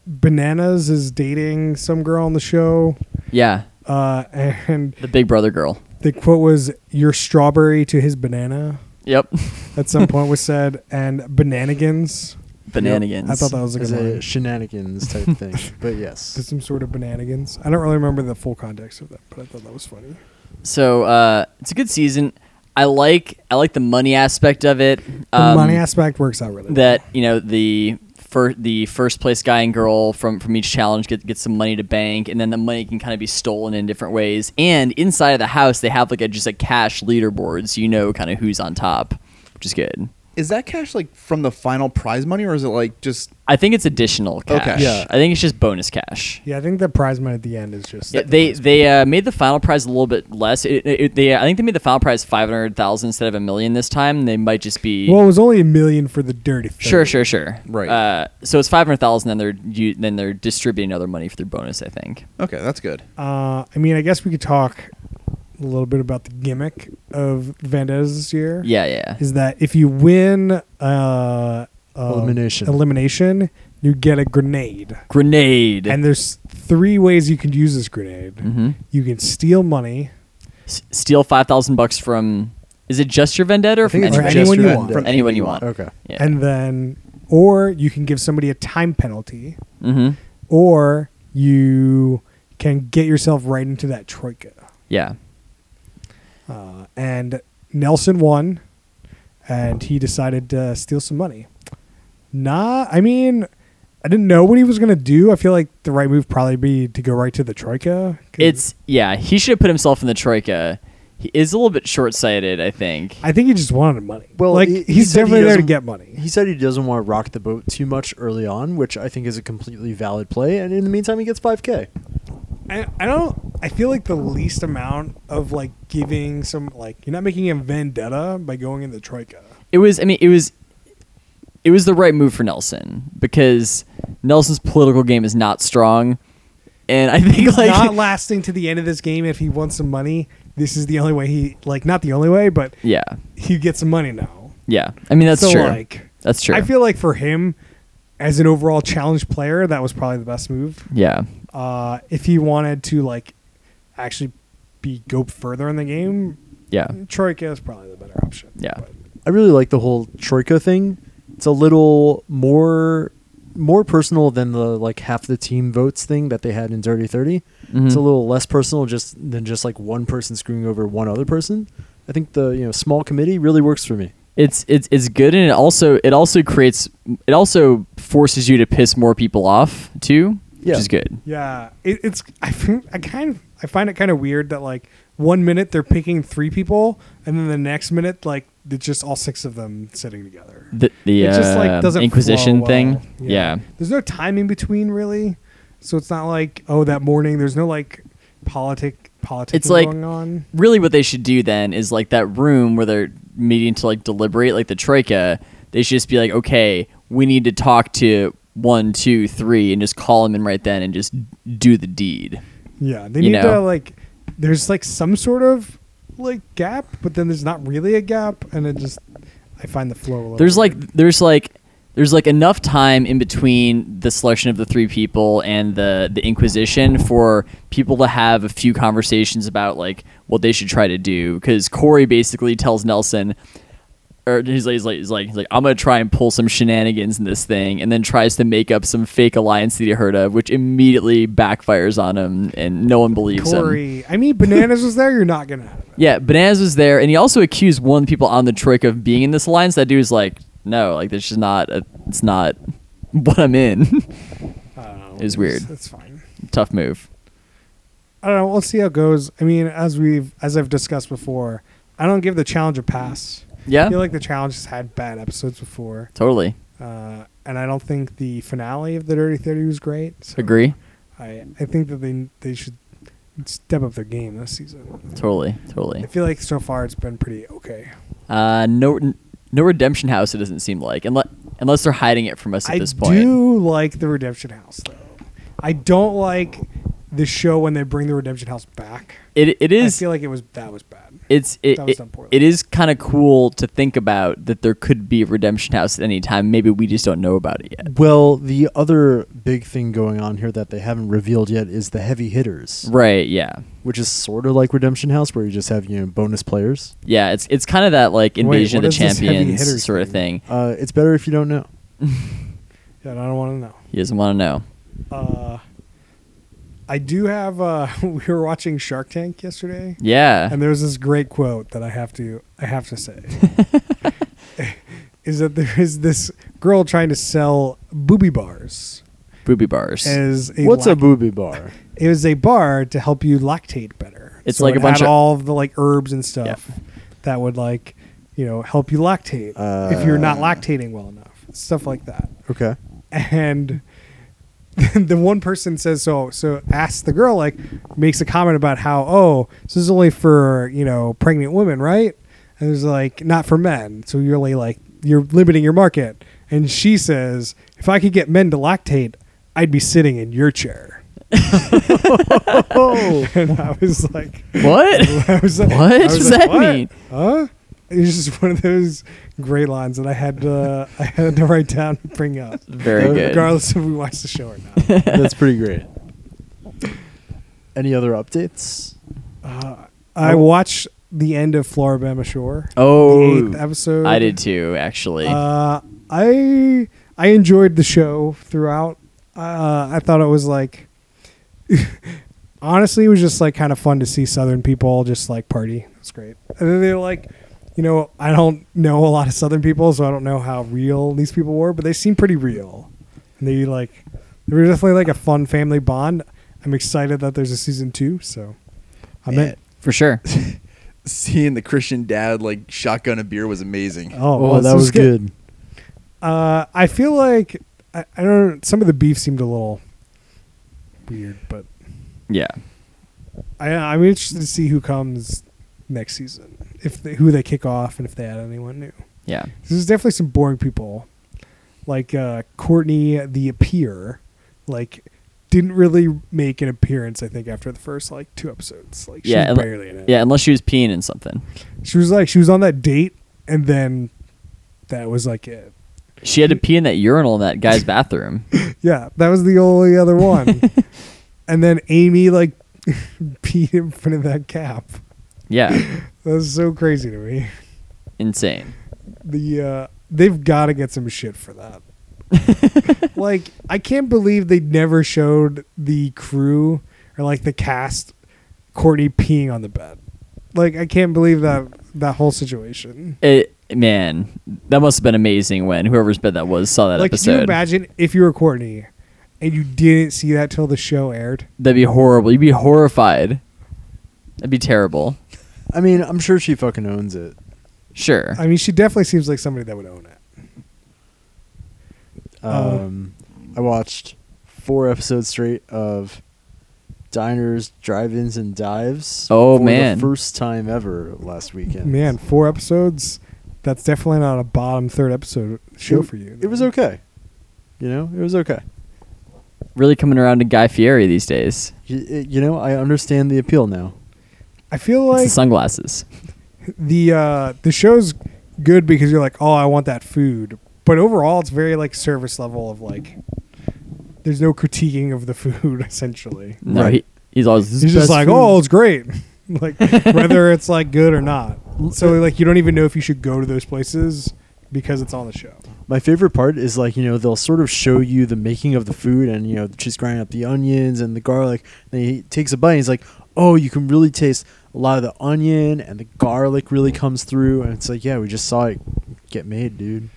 A: Bananas is dating some girl on the show,
B: Yeah,
A: uh, and
B: the Big Brother girl.
A: the quote was "Your strawberry to his banana."
B: Yep.
A: At some point was said, and bananigans.
B: Bananigans.
A: I thought that was a
E: As
A: good
E: a
A: one.
E: shenanigans type thing, but yes.
A: Just some sort of bananigans. I don't really remember the full context of that, but I thought that was funny.
B: so uh, it's a good season. I like I like the money aspect of it.
A: The money aspect works out really.
B: Um, that you know the fir- the first place guy and girl from from each challenge get get some money to bank, and then the money can kind of be stolen in different ways. And inside of the house, they have like a just a cash leaderboard, so you know kind of who's on top, which is good.
D: Is that cash like from the final prize money, or is it like just
B: I think it's additional cash.
D: Yeah.
B: I think it's just bonus cash.
A: Yeah, I think the prize money at the end is just.
B: Yeah, they they uh, made the final prize a little bit less. It, it, it- they I think they made the final prize five hundred thousand instead of a million this time. They might just be
A: well, it was only a million for the dirty. Thing.
B: sure, sure, sure.
D: Right.
B: Uh, so it's five hundred thousand. Then they're you, then they're distributing other money for their bonus. I think.
D: okay? That's good.
A: Uh, I mean, I guess we could talk a little bit about the gimmick of Vendettas this year.
B: Yeah, yeah.
A: Is that if you win uh, uh,
E: Elimination.
A: elimination, you get a grenade.
B: Grenade.
A: And there's three ways you can use this grenade.
B: Mhm.
A: You can steal money.
B: S- steal five thousand bucks from. Is it just your vendetta or
E: I think
B: from
E: it's
A: Or
B: anyone?
E: just
A: anyone
E: your
A: you
E: vendetta.
A: want.
B: From anyone you want.
E: Okay.
B: Yeah.
A: And then, or you can give somebody a time penalty,
B: mm-hmm.
A: or you can get yourself right into that troika.
B: Yeah.
A: Uh, and Nelson won, and he decided to steal some money. Nah, I mean, I didn't know what he was gonna do. I feel like the right move probably be to go right to the troika. 'cause
B: It's yeah. He should have put himself in the troika. He is a little bit short-sighted, I think.
A: I think he just wanted money.
E: Well,
A: Well, like
E: he- he
A: he's
E: said he
A: definitely there to
E: doesn't-
A: get money.
E: He said he doesn't want to rock the boat too much early on, which I think is a completely valid play. And in the meantime, he gets 5K.
A: I, I don't. I feel like the least amount of like giving some like you're not making a vendetta by going in the troika.
B: It was. I mean, it was. It was the right move for Nelson because Nelson's political game is not strong, and I think like
A: not lasting to the end of this game if he wants some money. This is the only way he like not the only way, but
B: yeah,
A: he gets some money now.
B: yeah. I mean, that's
A: so
B: true.
A: like
B: that's true.
A: I feel like for him as an overall challenged player, that was probably the best move.
B: yeah,
A: Uh, if he wanted to like actually be go further in the game,
B: yeah,
A: Troika is probably the better option.
B: Yeah.
A: But
E: I really like the whole Troika thing. It's a little more more personal than the like half the team votes thing that they had in Dirty 30. It's a
B: Mhm.
E: little less personal just than just like one person screwing over one other person. I think the, you know, small committee really works for me.
B: It's it's it's good, and it also it also creates it also forces you to piss more people off too,
E: Yeah.
B: which is good.
A: yeah, it, it's I think I kind of I find it kind of weird that like one minute they're picking three people, and then the next minute like it's just all six of them sitting together.
B: The the
A: it just like
B: um,
A: doesn't
B: Inquisition
A: flow well.
B: thing, yeah.
A: There's no time in between really, so it's not like oh that morning. There's no like politic politics
B: It's like-
A: going on.
B: really what they should do then is like that room where they're meeting to like deliberate like the troika they should just be like okay we need to talk to one two three and just call them in right then and just do the deed
A: Yeah, they
B: you
A: need to
B: know?
A: like. There's like some sort of like gap, but then there's not really a gap, and it just I find the flow. A little
B: there's
A: weird.
B: like there's like there's like enough time in between the selection of the three people and the the inquisition for people to have a few conversations about like what they should try to do because corey basically tells nelson or he's like, he's like he's like he's like i'm gonna try and pull some shenanigans in this thing and then tries to make up some fake alliance that he heard of which immediately backfires on him and no one believes him
A: Corey. I mean, bananas was there. You're not gonna have it.
B: yeah, Bananas was there, and he also accused one of the people on the troika of being in this alliance. That dude was like, no, like this is not, a, it's not what I'm in.
A: I don't know.
B: It was weird.
A: That's fine.
B: Tough move.
A: I don't know. We'll see how it goes. I mean, as we've as I've discussed before, I don't give the challenge a pass.
B: Yeah,
A: I feel like the challenge has had bad episodes before,
B: totally
A: uh, and I don't think the finale of the Dirty Thirty was great. So
B: agree.
A: I I think that they they should step up their game this season.
B: Totally,
A: I
B: totally.
A: feel like so far it's been pretty okay.
B: Uh, no, no redemption house. It doesn't seem like unless unless they're hiding it from us at
A: I
B: this point.
A: do like the Redemption House though. I don't like the show when they bring the Redemption House back.
B: It it
A: I
B: is
A: feel like it was that was bad.
B: it's it,
A: That was
B: it,
A: done poorly.
B: it is kind of cool to think about that there could be a redemption house at any time. Maybe we just don't know about it yet.
E: Well, the other big thing going on here that they haven't revealed yet is the heavy
A: Mm-hmm.
E: hitters,
B: Right? Yeah,
E: which is sort of like Redemption House, where you just have you know bonus players.
B: yeah. It's it's kind of that like invasion
A: what
B: of the
A: is this heavy
B: champions
A: hitters
B: sort of
A: thing?
B: thing.
E: Uh, it's better if you don't know.
A: Yeah, and I don't want to know.
B: He doesn't want to know.
A: Uh, I do have. Uh, we were watching Shark Tank yesterday,
B: Yeah.
A: and there was this great quote that I have to. I have to say, is that there is this girl trying to sell booby bars
B: Booby bars.
A: as a
E: What's
A: lac-
E: a booby bar?
A: it was a bar to help you lactate better.
B: It's
A: So
B: like
A: it
B: a bunch
A: had
B: of-
A: all of the like herbs and stuff that would like you know help you lactate if you're not
E: Uh.
A: lactating well enough, stuff like that.
E: Okay.
A: and the one person says so so asks the girl like makes a comment about how oh so this is only for you know pregnant women right and there's like not for men so you're only like you're limiting your market and she says if i could get men to lactate i'd be sitting in your chair
E: Oh,
A: and i was like
B: what?
A: I was like,
B: What
A: I was
B: does
A: like,
B: that
A: "What?
B: mean?"
A: Huh? It was just one of those great lines that I had to, I had to write down and bring up,
B: Very good.
A: regardless if we watched the show or not.
E: that's pretty great. Any other updates?
A: Uh, I watched the end of Floribama Shore. the
B: Oh,
A: eighth episode.
B: I did too, actually.
A: Uh, I I enjoyed the show throughout. Uh, I thought it was like, honestly, it was just like kind of fun to see Southern people just like party. It's great. And then they like you know, I don't know a lot of Southern people, so I don't know how real these people were, but they seem pretty real. And they like, they were definitely like a fun family bond. I'm excited that there's a season two, so I'm
D: Man,
A: in.
B: for sure.
D: Seeing the Christian dad like shotgun a beer was amazing.
A: Oh,
E: Oh,
A: well,
E: that
A: so
E: was
A: skip-
E: good.
A: Uh, I feel like I, I don't. Some of the beef seemed a little weird, but
B: Yeah.
A: I, I'm interested to see who comes next season, if they, who they kick off, and if they add anyone new.
B: Yeah.
A: There's definitely some boring people, like uh, Courtney the Appear, like didn't really make an appearance. I think after the first like two episodes, like she
B: Yeah,
A: was
B: and-
A: barely in it.
B: Yeah, unless she was peeing in something.
A: she was like she was on that date, and then that was like it.
B: She had to pee in that urinal in that guy's bathroom.
A: Yeah, that was the only other one. and then Amy like peed in front of that cap.
B: Yeah.
A: That was so crazy to me.
B: Insane.
A: The uh they've got to get some shit for that. like I can't believe they never showed the crew or like the cast Courtney peeing on the bed. Like I can't believe that that whole situation.
B: It man, that must have been amazing when whoever's bed that was saw that
A: like can you
B: episode.
A: imagine if you were Courtney and you didn't see that till the show aired?
B: That'd be horrible. You'd be horrified. That'd be terrible.
E: I mean, I'm sure she fucking owns it.
B: Sure.
A: I mean, she definitely seems like somebody that would own it. Oh.
E: Um, I watched four episodes straight of diners, drive-ins, and dives.
B: Oh,
E: for
B: man.
E: the first time ever last weekend.
A: Man, four episodes. That's definitely not a bottom third episode show
E: It-
A: for you.
E: It was okay. You know, it was okay.
B: really coming around to Guy Fieri these days.
E: You, it- you know, I understand the appeal now.
A: I feel
B: It's
A: like
B: the sunglasses.
A: the uh, the show's good because you're like, oh, I want that food. But overall, it's very like service level of like. There's no critiquing of the food essentially.
B: No,
E: Right.
B: he, he's always
A: He's just like, oh, it's great, like whether it's like good or not. So like, you don't even know if you should go to those places because it's on the show.
E: My favorite part is like, you know, they'll sort of show you the making of the food and, you know, she's grinding up the onions and the garlic. And he takes a bite and he's like, oh, you can really taste a lot of the onion and the garlic really comes through. And it's like, yeah, we just saw it get made, dude.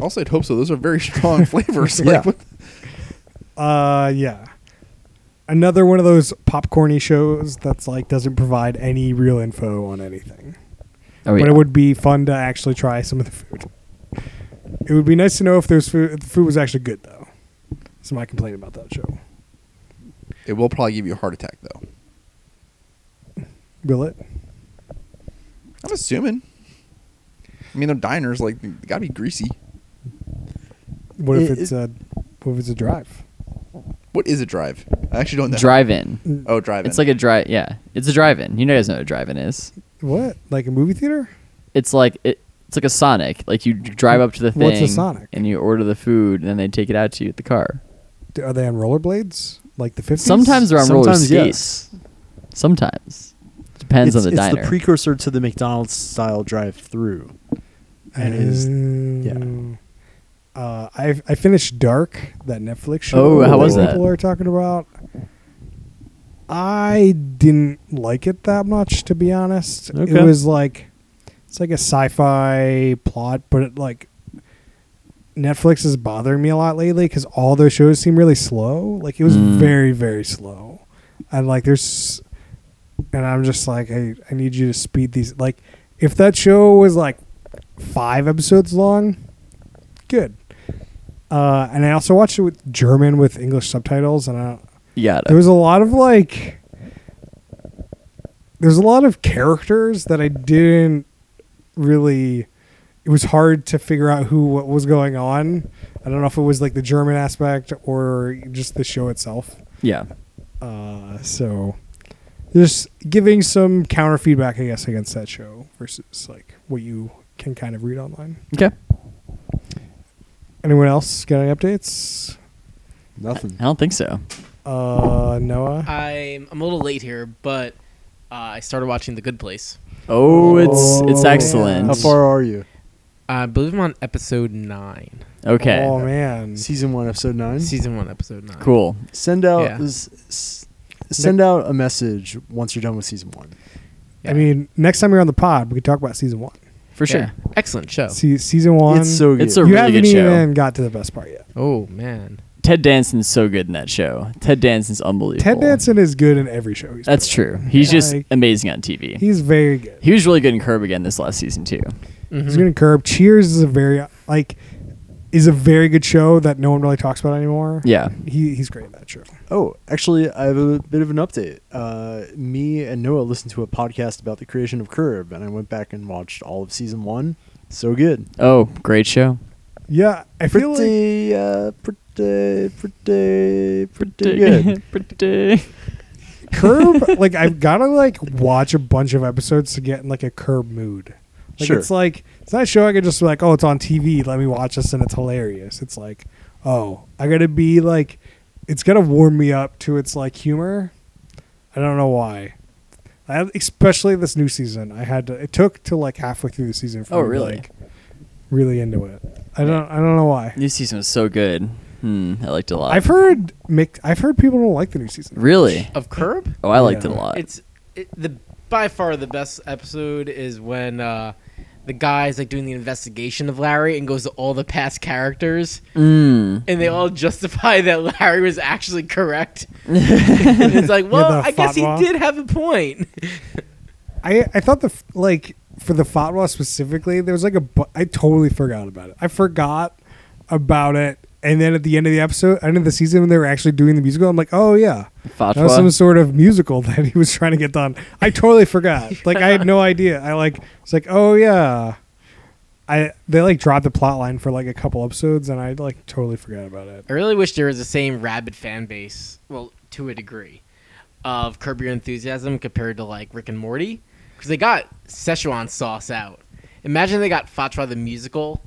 D: Also, I'd hope so. Those are very strong flavors. Like,
E: Yeah.
D: what-
A: Uh, yeah. Another one of those popcorny shows that's like doesn't provide any real info on anything.
B: oh,
A: but
B: yeah.
A: it would be fun to actually try some of the food. It would be nice to know if there's food. If the food was actually good though. That's my complaint about that show.
D: it will probably give you a heart attack, though.
A: Will it?
D: I'm assuming. I mean, they're diners. Like, they gotta be greasy.
A: What if
E: It-
A: it's
E: it-
A: a what if it's a drive?
D: What is a drive? I actually don't know.
B: drive-in.
D: Oh, drive.
B: It's like a drive. Yeah, it's a drive-in. You guys know what a drive-in is.
A: What like a movie theater?
B: It's like it, it's like a Sonic. Like you drive up to the thing.
A: What's a Sonic?
B: And you order the food, and then they take it out to you at the car.
A: D- Are they on rollerblades? Like the fifties?
B: Sometimes they're on roller
E: Sometimes,
B: skates. Sometimes. Depends
E: it's
B: on the
E: it's
B: diner.
E: the precursor to the McDonald's style drive through. And it is-
A: yeah. Oh. Uh, I I finished Dark, that Netflix show.
B: Oh, how was
A: people
B: that?
A: People are talking about. I didn't like it that much, to be honest.
E: Okay.
A: It was like it's like a sci-fi plot, but it like Netflix is bothering me a lot lately because all those shows seem really slow. Like it was
B: Mm.
A: very very slow, and like there's, and I'm just like I I need you to speed these. Like if that show was like five episodes long, good. Uh, and I also watched it with German with English subtitles, and I,
B: you got
A: there
B: it.
A: was a lot of like, there's a lot of characters that I didn't really. It was hard to figure out who what was going on. I don't know if it was like the German aspect or just the show itself.
B: Yeah.
A: Uh, so, just giving some counter feedback, I guess, against that show versus like what you can kind of read online.
B: Okay.
A: Anyone else got any updates?
E: Nothing.
B: I don't think so.
A: Uh, Noah.
C: I'm I'm a little late here, but uh, I started watching The Good Place.
B: Oh, it's it's
A: Oh, man.
B: excellent.
E: How far are you?
C: I believe I'm on episode nine,
B: Okay.
A: Oh man.
E: Season one, episode nine.
C: season one, episode nine.
B: Cool.
E: Send out
C: Yeah.
E: s- s- send out a message once you're done with season one.
A: I mean, next time you're on the pod, we can talk about season one.
B: for sure.
C: Yeah. Excellent show.
A: See, season one.
E: It's so good.
B: It's a
A: you
B: really
A: haven't
B: good show.
A: even got to the best part yet.
C: Oh man.
B: Ted Danson's so good in that show. Ted Danson's unbelievable.
A: Ted Danson is good in every show. He's
B: That's
A: been
B: true. He's just
A: Like-
B: amazing on TV.
A: in. He's very good.
B: He was really good in Curb again this last season too. Mm-hmm.
A: He's gonna curb. Cheers is a very like is a very good show that no one really talks about anymore.
B: Yeah.
A: He, he's great at that show.
E: Oh, actually, I have a bit of an update. Uh, me and Noah listened to a podcast about the creation of Curb, and I went back and watched all of season one. So good.
B: Oh, great show.
A: Yeah, I feel like
E: Pretty, uh, pretty, pretty, pretty good.
B: Pretty.
A: Curb. like I've gotta like watch a bunch of episodes to get in like a Curb mood. Like
E: Sure.
A: it's like it's not a show I could just be like, oh, it's on TV. Let me watch this and it's hilarious. It's like, oh, I gotta be like, it's gotta warm me up to its like humor. I don't know why. I, especially this new season, I had to. It took till like halfway through the season for
B: Oh,
A: me to,
B: really?
A: like really into it. I don't. I don't know why.
B: New season was so good. Hmm, I liked it a lot.
A: I've heard. Mick, I've heard people don't like the new season.
B: really.
C: Of Curb?
B: Oh, I liked
A: Yeah.
B: it a lot.
C: It's it, the by far the best episode is when uh the guy's like doing the investigation of Larry and goes to all the past characters
B: Mm.
C: and they all justify that Larry was actually correct. and it's like, well,
A: the
C: I guess he
A: fatwa.
C: did have a point.
A: I I thought the f- like for the fatwa specifically, there was like a bu- I totally forgot about it. I forgot about it, and then at the end of the episode, end of the season, when they were actually doing the musical, I'm like, oh yeah, that was
B: Fatwa?
A: some sort of musical that he was trying to get done. I totally forgot. Like I had no idea. I like it's like oh yeah. I they like dropped the plot line for like a couple episodes and I like totally forgot about it.
C: I really wish there was the same rabid fan base, well, to a degree, of Curb Your Enthusiasm compared to like Rick and Morty, because they got Szechuan sauce out. Imagine they got Fatwa the musical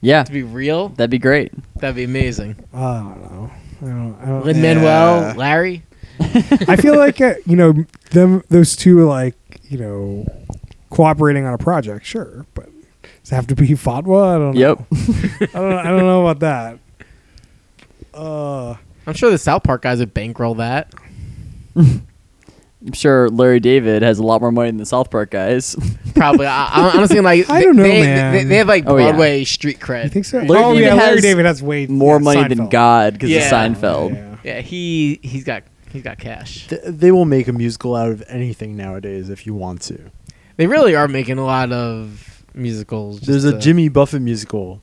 B: Yeah.
C: to be real.
B: That'd be great.
C: That'd be amazing.
A: I don't know. I don't, I don't,
C: Lin Manuel, Larry.
A: I feel like uh, you know them those two like you know cooperating on a project, sure, but does it have to be fatwa? I don't know.
B: Yep.
A: I don't. I don't know about that. Uh,
C: I'm sure the South Park guys would bankroll that.
B: I'm sure Larry David has a lot more money than the South Park guys.
C: Probably. I, I'm honestly like.
A: I
C: they-
A: don't know,
C: they,
A: man.
C: They, they have like
B: Oh, yeah.
C: Broadway street cred.
A: you think so?
B: Larry
A: oh
B: David
A: yeah, Larry
B: has
A: David has way
B: More
A: yeah,
B: money than
A: Seinfeld.
B: God because
C: Yeah.
B: of Seinfeld.
A: Yeah.
C: Yeah, he he's got he's got cash.
E: Th- they will make a musical out of anything nowadays if you want to.
C: They really are making a lot of musicals. just
E: There's a
A: uh,
C: to-
E: Jimmy Buffett musical,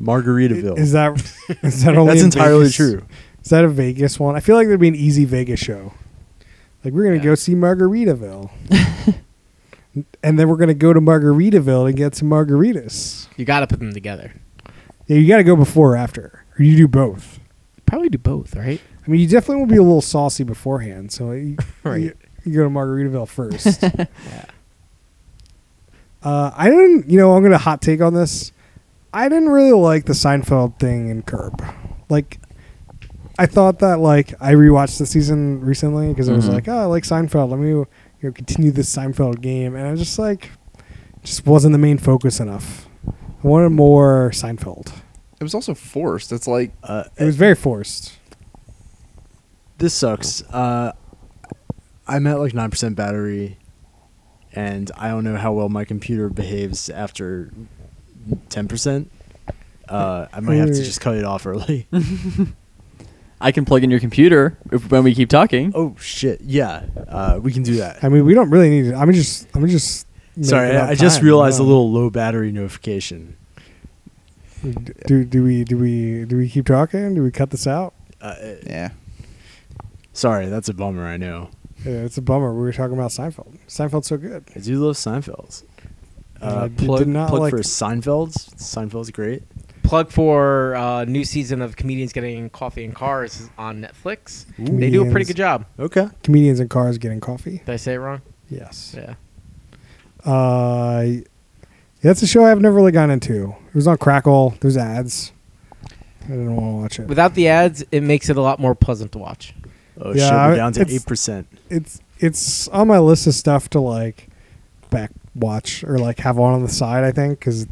E: Margaritaville.
A: Is that is that only
E: That's
A: in
E: entirely
A: Vegas?
E: true.
A: Is that a Vegas one? I feel like there'd be an easy Vegas show. Like we're gonna
C: Yeah.
A: go see Margaritaville, and then we're gonna go to Margaritaville and get some margaritas.
C: You got to put them together.
A: Yeah, you got to go before or after, or you do both.
C: Probably do both, right?
A: I mean, you definitely will be a little saucy beforehand, so you,
C: Right.
A: you, you go to Margaritaville first. Uh, I didn't, you know, I'm gonna hot take on this. I didn't really like the Seinfeld thing in Curb. Like, I thought that like I rewatched the season recently because it was
E: Mm-hmm.
B: Mhm.
A: like, oh, I like Seinfeld. Let me you know continue this Seinfeld game, and I just like just wasn't the main focus enough. I wanted more Seinfeld.
D: It was also forced. It's like
E: Uh,
A: It was very forced.
E: this sucks. Uh, I'm at like nine percent battery, and I don't know how well my computer behaves after ten percent. Uh, I might have to just cut it off early.
B: I can plug in your computer if, when we keep talking.
E: oh shit! Yeah, uh, we can do
A: I
E: that.
A: mean, we don't really need it. I'm just, I'm just. making
E: Sorry,
A: up
E: I, I just
A: time,
E: realized
A: yeah.
E: a little low battery notification.
A: Do do we do we do we keep talking? Do we cut this out?
E: Uh,
D: yeah.
E: sorry, that's a bummer. I know.
A: Yeah, it's a bummer. We were talking about Seinfeld. Seinfeld's so good.
E: I do love Seinfelds.
A: I
E: Uh,
A: did
E: plug
A: not
E: plug
A: like-
E: for Seinfelds. Seinfeld's great.
C: plug for uh, new season of comedians getting coffee in cars is on Netflix. They do a
A: Comedians.
C: pretty good job.
E: Okay.
A: Comedians in cars getting coffee.
C: Did I say it wrong?
A: Yes.
C: Yeah.
A: Uh, yeah, that's a show I've never really gotten into. It was on Crackle. There's ads. I didn't want to watch it.
C: Without the ads, it makes it a lot more pleasant to watch.
E: Oh
A: Yeah,
E: shit,
A: I-
E: we're down to
A: it's-
E: eight percent.
A: It's it's on my list of stuff to like back watch or like have on on the side. I think because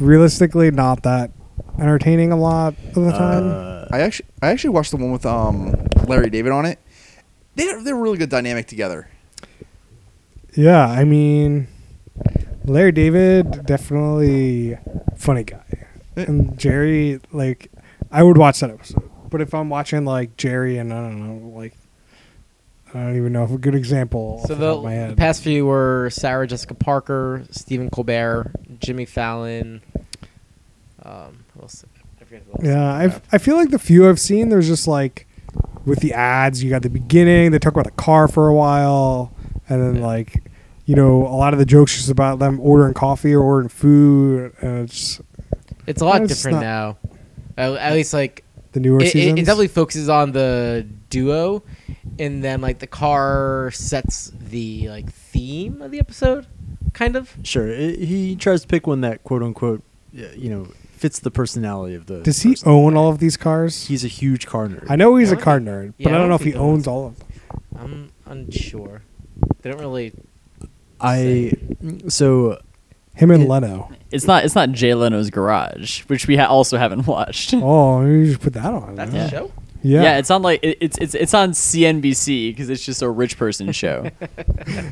A: realistically, not that entertaining a lot of the time.
E: uh.
D: I actually I actually watched the one with um Larry David on it. They they're a really good dynamic together.
A: Yeah, I mean, Larry David definitely funny guy, and Jerry like I would watch that episode. But if I'm watching like Jerry and I don't know like I don't even know if a good example.
C: So
A: off the, top
C: the,
A: of my
C: the
A: head.
C: past few were Sarah Jessica Parker, Stephen Colbert, Jimmy Fallon. Um, who else? I forget who else.
A: Yeah, I I feel like the few I've seen, there's just like with the ads, you got the beginning. They talk about the car for a while, and then like you know a lot of the jokes just about them ordering coffee or ordering food, and it's
C: It's a lot
A: It's
C: different
A: not-
C: now. At, at least like
A: the newer
C: it, it,
A: seasons.
C: it definitely focuses on the duo, and then like the car sets the like theme of the episode, kind of.
E: Sure, i he tries to pick one that quote unquote, y- you know, fits the personality of the.
A: Does he
E: person.
A: own all of these cars?
E: He's a huge car nerd.
A: I know he's a
C: Yeah.
A: car nerd, but
C: Yeah,
A: I
C: I
A: don't know if
C: think
A: he
C: he
A: owns
C: does.
A: all of them.
C: I'm unsure. They don't really.
E: I so
A: Him and
E: It-
A: Leno.
B: It's not. It's not Jay Leno's Garage, which we ha- also haven't watched.
A: Oh, you should put that on.
C: That's
A: huh?
C: a show.
A: yeah.
B: Yeah, it's on like it, it's it's it's on CNBC because it's just a rich person show.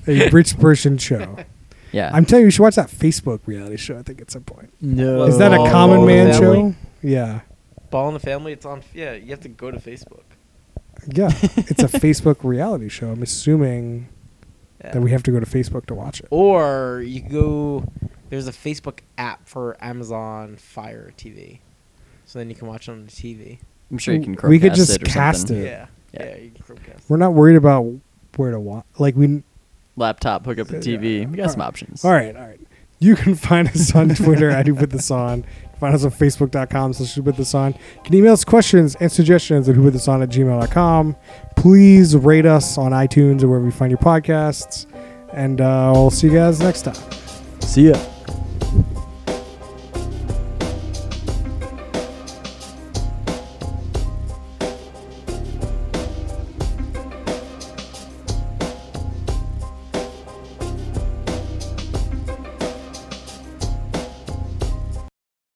A: a rich person show.
B: Yeah,
A: I'm telling you, you should watch that Facebook reality show. I think at some point.
E: no.
A: Is that a
C: Oh,
A: common man
C: Family?
A: show? Yeah.
C: Ball in the Family. It's on. Yeah, you have to go to Facebook.
A: Yeah, it's a Facebook reality show. I'm assuming
C: Yeah.
A: that we have to go to Facebook to watch
C: Oh.
A: it.
C: or you can go. There's a Facebook app for Amazon Fire TV, so then you can watch it on the TV.
B: I'm sure you can.
A: we could
B: Chromecast
A: just
B: it or
A: cast
B: something.
A: Yeah. it.
C: yeah,
B: Yeah.
C: you can Chromecast.
A: We're not worried about where to watch. Like we.
B: Laptop, hook up the TV. We got some
A: Alright.
B: options.
A: All right, all right. You can find us on Twitter at Who Put This On. Find us on Facebook.com slash Who Put This On. You can email us questions and suggestions at Who Put This On at gmail.com. Please rate us on iTunes or wherever you find your podcasts. And uh, we'll see you guys next time.
E: See ya.